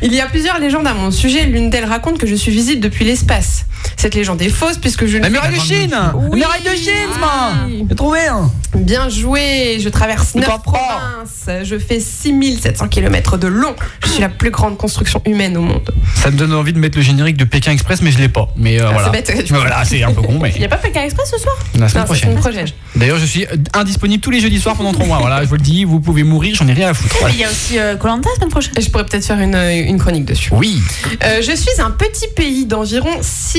Il y a plusieurs légendes à mon sujet. L'une d'elles raconte que je suis visible depuis l'espace. Cette légende est fausse puisque je ne La muraille de Chine. Oui. La muraille de Chine, Ah. man. J'ai trouvé hein. un. Bien joué, je traverse pas 9 fort. provinces, je fais 6700 km de long, je suis la plus grande construction humaine au monde. Ça me donne envie de mettre le générique de Pékin Express, mais je l'ai pas. Mais euh, Ah, voilà. C'est bête, tu vois. Voilà, c'est un peu con, [laughs] mais Il a pas Pékin Express ce soir la semaine Non, c'est prochaine. une projet. D'ailleurs, je suis euh, indisponible tous les jeudis soirs pendant 3 mois. Voilà, je vous le dis, vous pouvez mourir, j'en ai rien à foutre. Voilà. Il y a aussi Colanta la semaine prochaine. Je pourrais peut-être faire une, une chronique dessus. Oui, Euh, je suis un petit pays d'environ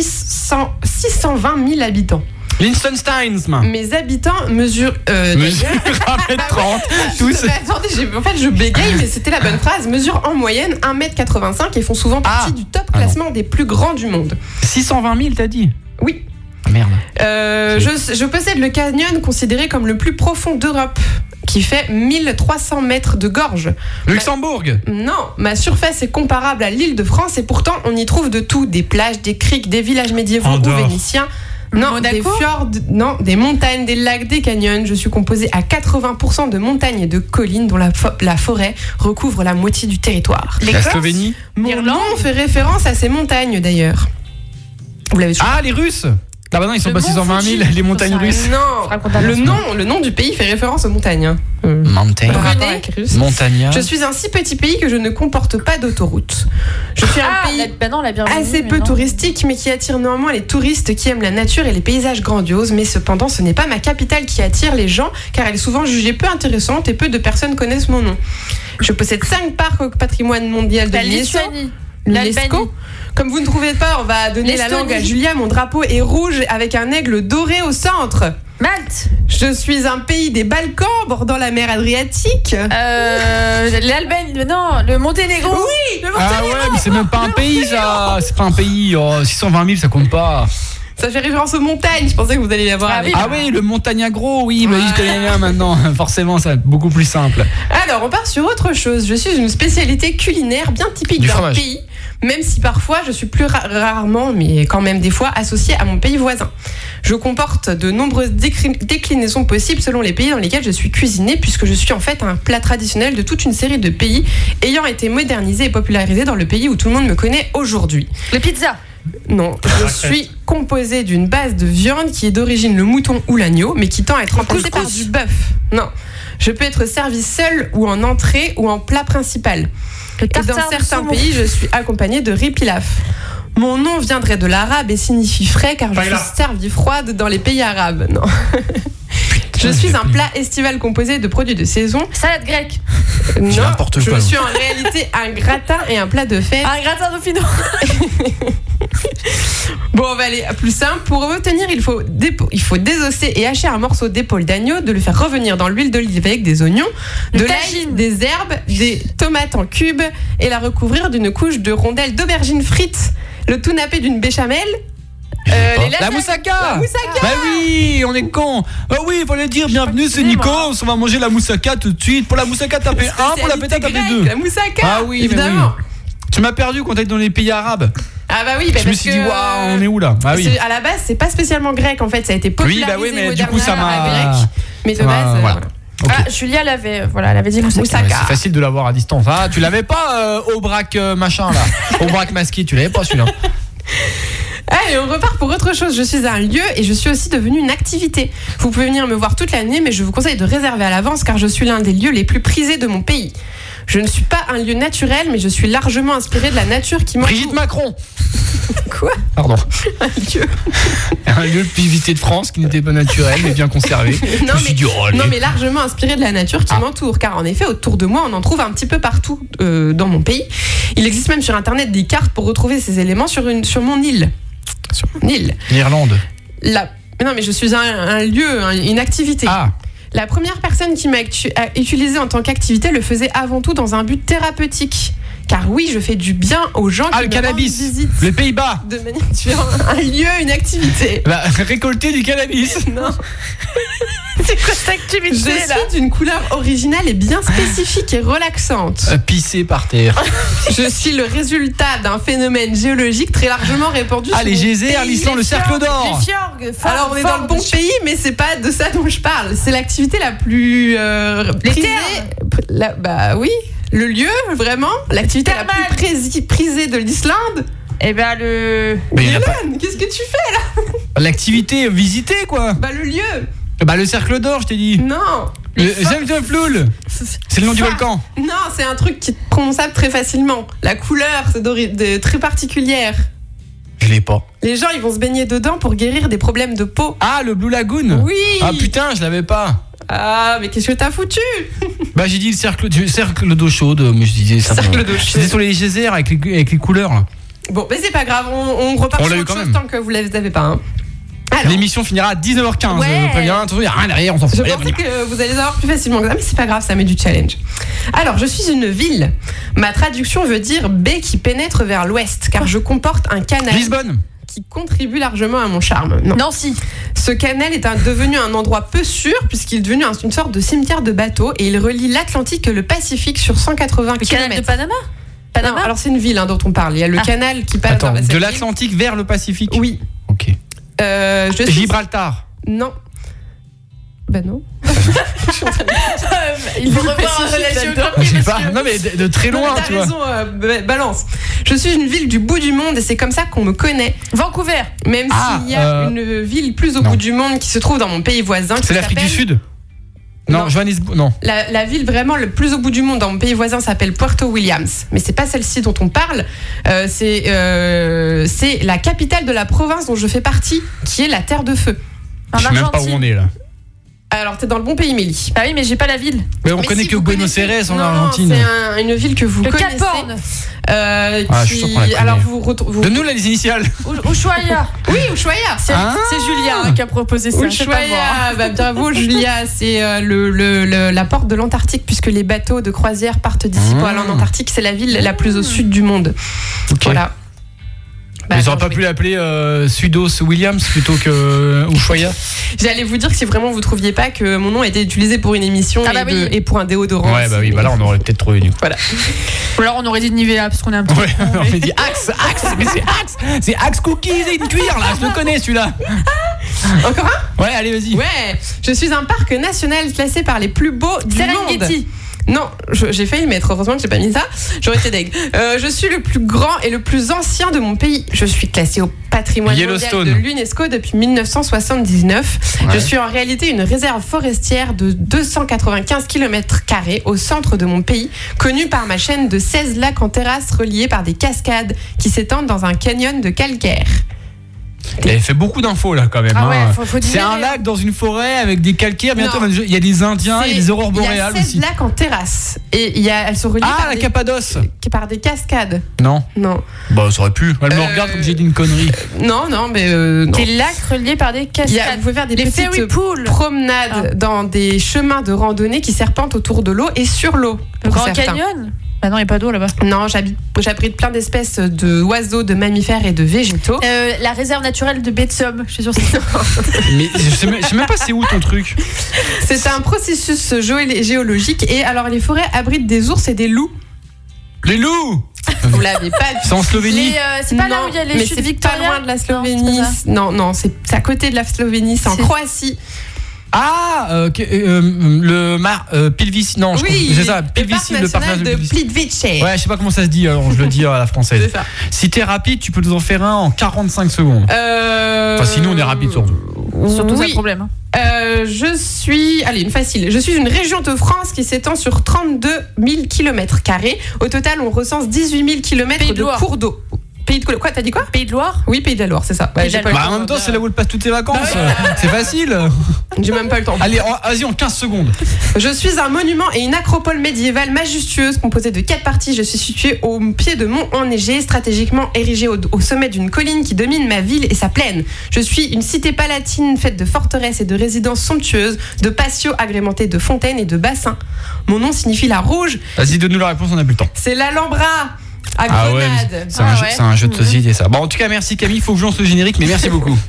600 620 000 habitants. Linston Steins, man. Mes habitants mesurent. euh, Mesure 1m30, Ah tous. Mais [laughs] attendez, j'ai- en fait, je bégaye, mais c'était [laughs] la bonne phrase. Mesure en moyenne 1m85 et font souvent partie Ah. du top Ah non. classement des plus grands du monde. 620 000, t'as dit Oui. Ah, Merde. Euh, je, je possède le canyon considéré comme le plus profond d'Europe, qui fait 1300 mètres de gorge. Luxembourg Non, ma surface est comparable à l'île de France et pourtant on y trouve de tout des plages, des criques, des villages médiévaux Andorre. ou vénitiens. Non, Monaco des fjords, non, des montagnes, des lacs, des canyons. Je suis composée à 80% de montagnes et de collines dont la, fo- la forêt recouvre la moitié du territoire. La Slovénie Mon nom fait référence à ces montagnes d'ailleurs. Vous l'avez Ah, les Russes Ah bah non, ils sont Le pas mont 620 000, Fuji. les montagnes Ça sert à rien. russes. Non, le nom, le nom du pays fait référence aux montagnes. hein. euh, Mountain. par rapport à Brunet. la Cyrus. Montagna. Je suis un si petit pays que je ne comporte pas d'autoroute. Je suis Ah, un pays la- bah non, la bienvenue, assez mais peu non. touristique, mais qui attire néanmoins les touristes qui aiment la nature et les paysages grandioses. Mais cependant, ce n'est pas ma capitale qui attire les gens, car elle est souvent jugée peu intéressante et peu de personnes connaissent mon nom. Je possède cinq parcs au patrimoine mondial de La l'UNESCO. Lituanie. l'Albanie. l'UNESCO. Comme vous ne trouvez pas, on va donner la L'Estonie. langue à Julia. Mon drapeau est rouge avec un aigle doré au centre. Malte. Je suis un pays des Balkans bordant la mer Adriatique. [laughs] Euh, L'Albanie. mais Non, le Monténégro. Oui, le Ah ouais, mais c'est même pas un pays ça C'est pas un pays, oh, 620 000 ça compte pas Ça fait référence aux montagnes, je pensais que vous alliez l'avoir Ah avec. Ah oui, le Montagnagro, oui, bah oui, je connais bien maintenant, [laughs] forcément ça, beaucoup plus Euh, simple. Alors, on part sur autre chose. Je suis une spécialité culinaire bien typique Du d'un fromage. pays, même si parfois je suis plus ra- rarement, mais quand même des fois, associée à mon pays voisin. Je comporte de nombreuses décri- déclinaisons possibles selon les pays dans lesquels je suis cuisinée, puisque je suis en fait un plat traditionnel de toute une série de pays ayant été modernisé et popularisé dans le pays où tout le monde me connaît aujourd'hui. Les pizzas. Non, je suis composée d'une base de viande qui est d'origine le mouton ou l'agneau, mais qui tend à être remplacée par couscous. du bœuf. Non, je peux être servie seule ou en entrée ou en plat principal. Le Et dans tartare de certains saumon. pays, je suis accompagnée de riz pilaf. Mon nom viendrait de l'arabe et signifie frais car je Paella. suis servie froide dans les pays arabes. Non. [laughs] Je suis un plat estival composé de produits de saison. Salade grecque. Non, n'importe je quoi, suis en réalité un gratin et un plat de fête. Un gratin dauphinois. Bon, on va aller à plus simple. Pour retenir, il faut, dépo- il faut désosser et hacher un morceau d'épaule d'agneau, de le faire revenir dans l'huile d'olive avec des oignons, Une de l'ail, tagine. des herbes, des tomates en cubes et la recouvrir d'une couche de rondelles d'aubergine frites, le tout nappé d'une béchamel. euh, les La lasagnes- moussaka La moussaka Bah oui, on est con Bah oui, il fallait dire bienvenue, c'est Nico, on va manger la moussaka tout de suite. Pour la moussaka, tapez 1, Ah, pour la péta, Spécialité tapez grecque, 2. La moussaka Ah oui, mais évidemment. oui. Tu m'as perdu quand t'es dans les pays arabes. Ah bah oui, bah je me parce suis que- dit, waouh, on est où là Ah oui. c'est- À la base, c'est pas spécialement grec en fait, ça a été popularisé bah oui, mais du modernisé coup, ça par m'a- la grecque. Mais de ça m'a- base, euh, voilà. Ok. Ah, Julia l'avait, voilà, elle avait dit moussaka. Ouais, C'est facile de l'avoir à distance. Ah, tu l'avais pas euh, au braque euh, machin là Au braque masqué, tu l'avais pas celui-là Allez, on repart pour autre chose. Je suis un lieu et je suis aussi devenue une activité. Vous pouvez venir me voir toute l'année, mais je vous conseille de réserver à l'avance car je suis l'un des lieux les plus prisés de mon pays. Je ne suis pas un lieu naturel, mais je suis largement inspirée de la nature qui m'entoure. Brigitte Macron [laughs] Quoi Pardon. Dieu. Un lieu de pivité de France qui n'était pas naturel mais bien conservé. je [laughs] Non, me suis mais- dit, oh, Non, les- mais largement inspirée de la nature Ah. qui m'entoure, car en effet, autour de moi, on en trouve un petit peu partout euh, dans mon pays. Il existe même sur Internet des cartes pour retrouver ces éléments sur, une, sur mon île. Sur mon île. L'Irlande. La... mais Non, mais je suis un, un lieu, un- une activité. Ah, La première personne qui m'a actu- a utilisé en tant qu'activité le faisait avant tout dans un but thérapeutique. Car oui, je fais du bien aux gens ah qui le me cannabis. rendent visite Les Pays-Bas. de manière sur [laughs] un lieu, une activité. Bah, [laughs] récolter du cannabis. Non, C'est quoi cette je activité là suis d'une couleur originale et bien spécifique et relaxante. Euh, Pisser par [laughs] terre. Euh, Je suis le résultat d'un phénomène géologique très largement répandu. Ah, sur les mon geysers, pays. l'Islande, le cercle d'or. Les fjords, forts, Alors on est forts, dans le bon des- pays, mais c'est pas de ça dont je parle. C'est l'activité la plus euh, Les prisée. thermes. La- bah oui, le lieu vraiment, l'activité la Thermales. plus prisi- prisée de l'Islande. Eh ben le. Mais y en a pas- Dylan, qu'est-ce que tu fais L'activité visitée quoi. Bah le lieu. Bah le cercle d'or, je t'ai dit. Non, Le James de Floul. C'est le nom du volcan. non, c'est un truc qui est prononçable très facilement. La couleur, c'est d'ori- de- très particulière. Je l'ai pas. Les gens, ils vont se baigner dedans pour guérir des problèmes de peau. Ah, le Blue Lagoon. Oui. Ah putain, je l'avais pas. Ah, mais qu'est-ce que t'as foutu Bah j'ai dit le cercle, du- cercle d'eau chaude, mais je disais ça. Cercle d'eau J'étais sur les geysers avec les, avec les couleurs. là. Bon, mais c'est pas grave, on, on repart On sur l'a eu autre quand chose même. tant que vous les avez pas. hein. Alors, L'émission finira à 19h15, Ouais. je préviens. hein, Attention, y a rien derrière, on s'en fout. je Allez, on y pensais va. que vous allez les avoir plus facilement que ça, mais c'est pas grave, ça met du challenge. Alors, je suis une ville. Ma traduction veut dire baie qui pénètre vers l'ouest, car je comporte un canal Lisbonne. qui contribue largement à mon charme. Non. Nancy. Ce canal est un- devenu un endroit peu sûr, puisqu'il est devenu un- une sorte de cimetière de bateaux, et il relie l'Atlantique et le Pacifique sur 180 Le canal de km. Panama Panama alors, c'est une ville hein, dont on parle. Il y a le Ah. canal qui passe Attends, dans la- de cette l'Atlantique vers le Pacifique. ville. bah, Ok. Oui. Euh, je suis Gibraltar. Non. Bah non. Il faut revoir en Pacifique, relation là-dedans. Je sais pas. Bah, Non mais de, de très Non, loin, mais tu T'as vois. raison, euh, ba- balance. Je suis une ville du bout du monde et c'est comme ça qu'on me connaît. Vancouver. Même Ah, s'il y a euh, une ville plus au non. bout du monde qui se trouve dans mon pays voisin. qui C'est l'Afrique du s'appelle- Sud. Non, Non. Johannesburg, non. La, la ville vraiment le plus au bout du monde dans mon pays voisin s'appelle Puerto Williams, mais c'est pas celle-ci dont on parle. Euh, c'est euh, c'est la capitale de la province dont je fais partie, qui est la Terre de Feu. En Je sais même pas où Ah, Argentine. on est là. Alors t'es dans le bon pays, Mélie. Bah oui, mais j'ai pas la ville. Mais on Mais connaît si, que vous Buenos connaissez- Aires en Non, non, Argentine. C'est un- une ville que vous Le connaissez. Caporne. euh, Ah, je suis qui- sûr qu'on la connaît. alors vous, retrou- vous- Donne-nous les initiales. [laughs] Ushuaia. oui, Ushuaia. C'est Ah. c'est Julia hein, qui a proposé ça. je sais pas moi. hein. hein. Ushuaia, [laughs] bah, bravo Julia, c'est euh, le, le- le- la porte de l'Antarctique puisque les bateaux de croisière partent d'ici pour aller en Antarctique. C'est la ville la plus au sud du monde. Mmh. Ok. Voilà. Bah, Ils auraient attends, pas je pu l'appeler euh, Sudos Williams plutôt que euh, Ushuaia. vais- J'allais vous dire que si vraiment vous trouviez pas que mon nom était utilisé pour une émission Ah et, bah oui. de- et pour un déodorant. Ouais, bah oui, bah là on [laughs] aurait peut-être trouvé du coup. Ou alors on aurait dit Nivea parce qu'on est un petit. Ouais, [laughs] on aurait dit Axe, Axe, mais c'est Axe, c'est Axe Cookies et une cuillère là, je le connais celui-là. Encore Ouais, allez, vas-y. Ouais, je suis un parc national classé par les plus beaux du monde. Serengeti. Non, je- j'ai failli le mettre. Heureusement que j'ai pas mis ça. J'aurais été deg. Euh, je suis le plus grand et le plus ancien de mon pays. Je suis classé au patrimoine mondial Yellowstone. de l'UNESCO depuis 1979. Ouais. Je suis en réalité une réserve forestière de 295 km au centre de mon pays, connue par ma chaîne de 16 lacs en terrasse reliés par des cascades qui s'étendent dans un canyon de calcaire. Elle fait beaucoup d'infos là quand même. Ah ouais, hein. faut, faut C'est digérer. un lac dans une forêt avec des calcaires. Bientôt, Non. il y a des Indiens, il y a des aurores Il y a boréales 16 aussi. lacs en terrasse et il y a, elles sont reliées Ah, par, la des, Cappadoce par des cascades. Non. Non, Bah, ça aurait pu. Elle me Euh, regarde comme si j'ai dit une connerie. non, non, mais euh, non. Des lacs reliés par des euh, Ah. Il y a- vous cascades. pouvez faire des Les ferry petites pools. promenades dans des chemins de randonnée qui serpentent autour de l'eau et sur l'eau. Le pour Grand certains. Canyon. Bah non, il n'y a pas d'eau là-bas. Non, j'habite- j'abrite plein d'espèces de oiseaux, de mammifères et de végétaux. Euh, la réserve naturelle de Baie de Somme, je suis sûre. que c'est- Mais [laughs] je sais, même- je sais même pas c'est où ton truc. C'est un processus géo- géologique et alors les forêts abritent des ours et des loups. Les loups Vous l'avez pas vu. C'est en Slovénie Les, euh, C'est pas là Non, où il y a les mais chutes c'est Victoria. pas loin de la c'est Slovénie. pas ça. Non, non, c'est c'est à côté de la Slovénie, c'est en C'est- Croatie. Ah euh, que- euh, le mar. euh, Pilvici. Non, je oui, comprends- c'est ça, le parc Pilvici, le parc national national de Pilvici. Plitvice. Ouais, je sais pas comment ça se dit, alors je le dis à la française. [laughs] C'est ça. Si t'es rapide, tu peux nous en faire un en 45 secondes. Euh... Enfin, sinon on est rapide surtout. Surtout ça oui. le problème. hein. Euh, je suis. Allez, une facile. Je suis une région de France qui s'étend sur 32 000 km. Au total, on recense 18 000 km Pays de de Loire. cours d'eau. Pays de quoi T'as dit quoi Pays de Loire. Oui, Pays de la Loire, c'est ça. Ouais, Pays de j'ai la pas Bah Bah eu le en temps même temps, de- c'est là où elle passe toutes ses vacances. C'est facile. J'ai même pas eu le temps. Allez, en- vas-y en 15 secondes. Je suis un monument et une acropole médiévale majestueuse composée de quatre parties. Je suis située au pied de mont enneigé, stratégiquement érigée au, au sommet d'une colline qui domine ma ville et sa plaine. Je suis une cité palatine faite de forteresses et de résidences somptueuses, de patios agrémentés de fontaines et de bassins. Mon nom signifie la rouge. Vas-y, donne-nous la réponse, on a plus le temps. C'est l'Alhambra à Ah ouais, Grenade. C'est un, Ah jeu- ouais. c'est un jeu de société ça. Bon, en tout cas, merci Camille, faut que je lance le générique, mais merci beaucoup. [laughs]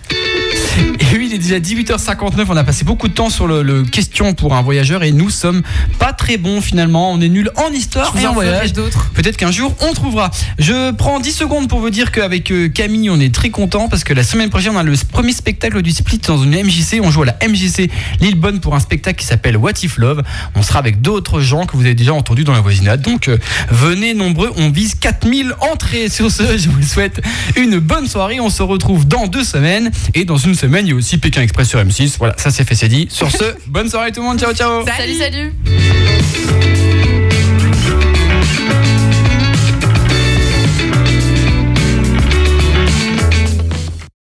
Et oui, il est déjà 18h59, on a passé beaucoup de temps sur le, le question pour un voyageur et nous sommes pas très bons finalement, on est nuls en histoire Je et vous en en ferai voyage. d'autres. Peut-être qu'un jour on trouvera. Je prends 10 secondes pour vous dire qu'avec euh, Camille on est très content parce que la semaine prochaine on a le premier spectacle du Split dans une MJC. On joue à la MJC Lillebonne pour un spectacle qui s'appelle What If Love. On sera avec d'autres gens que vous avez déjà entendus dans la voisinade. Donc euh, venez nombreux, on vise 4000 entrées. Sur ce, je vous souhaite une bonne soirée. On se retrouve dans deux semaines et dans une semaine il y a aussi Pékin Express sur M6. Voilà, ça c'est fait, c'est dit. Sur ce, bonne soirée tout le monde. Ciao, ciao. Salut, salut.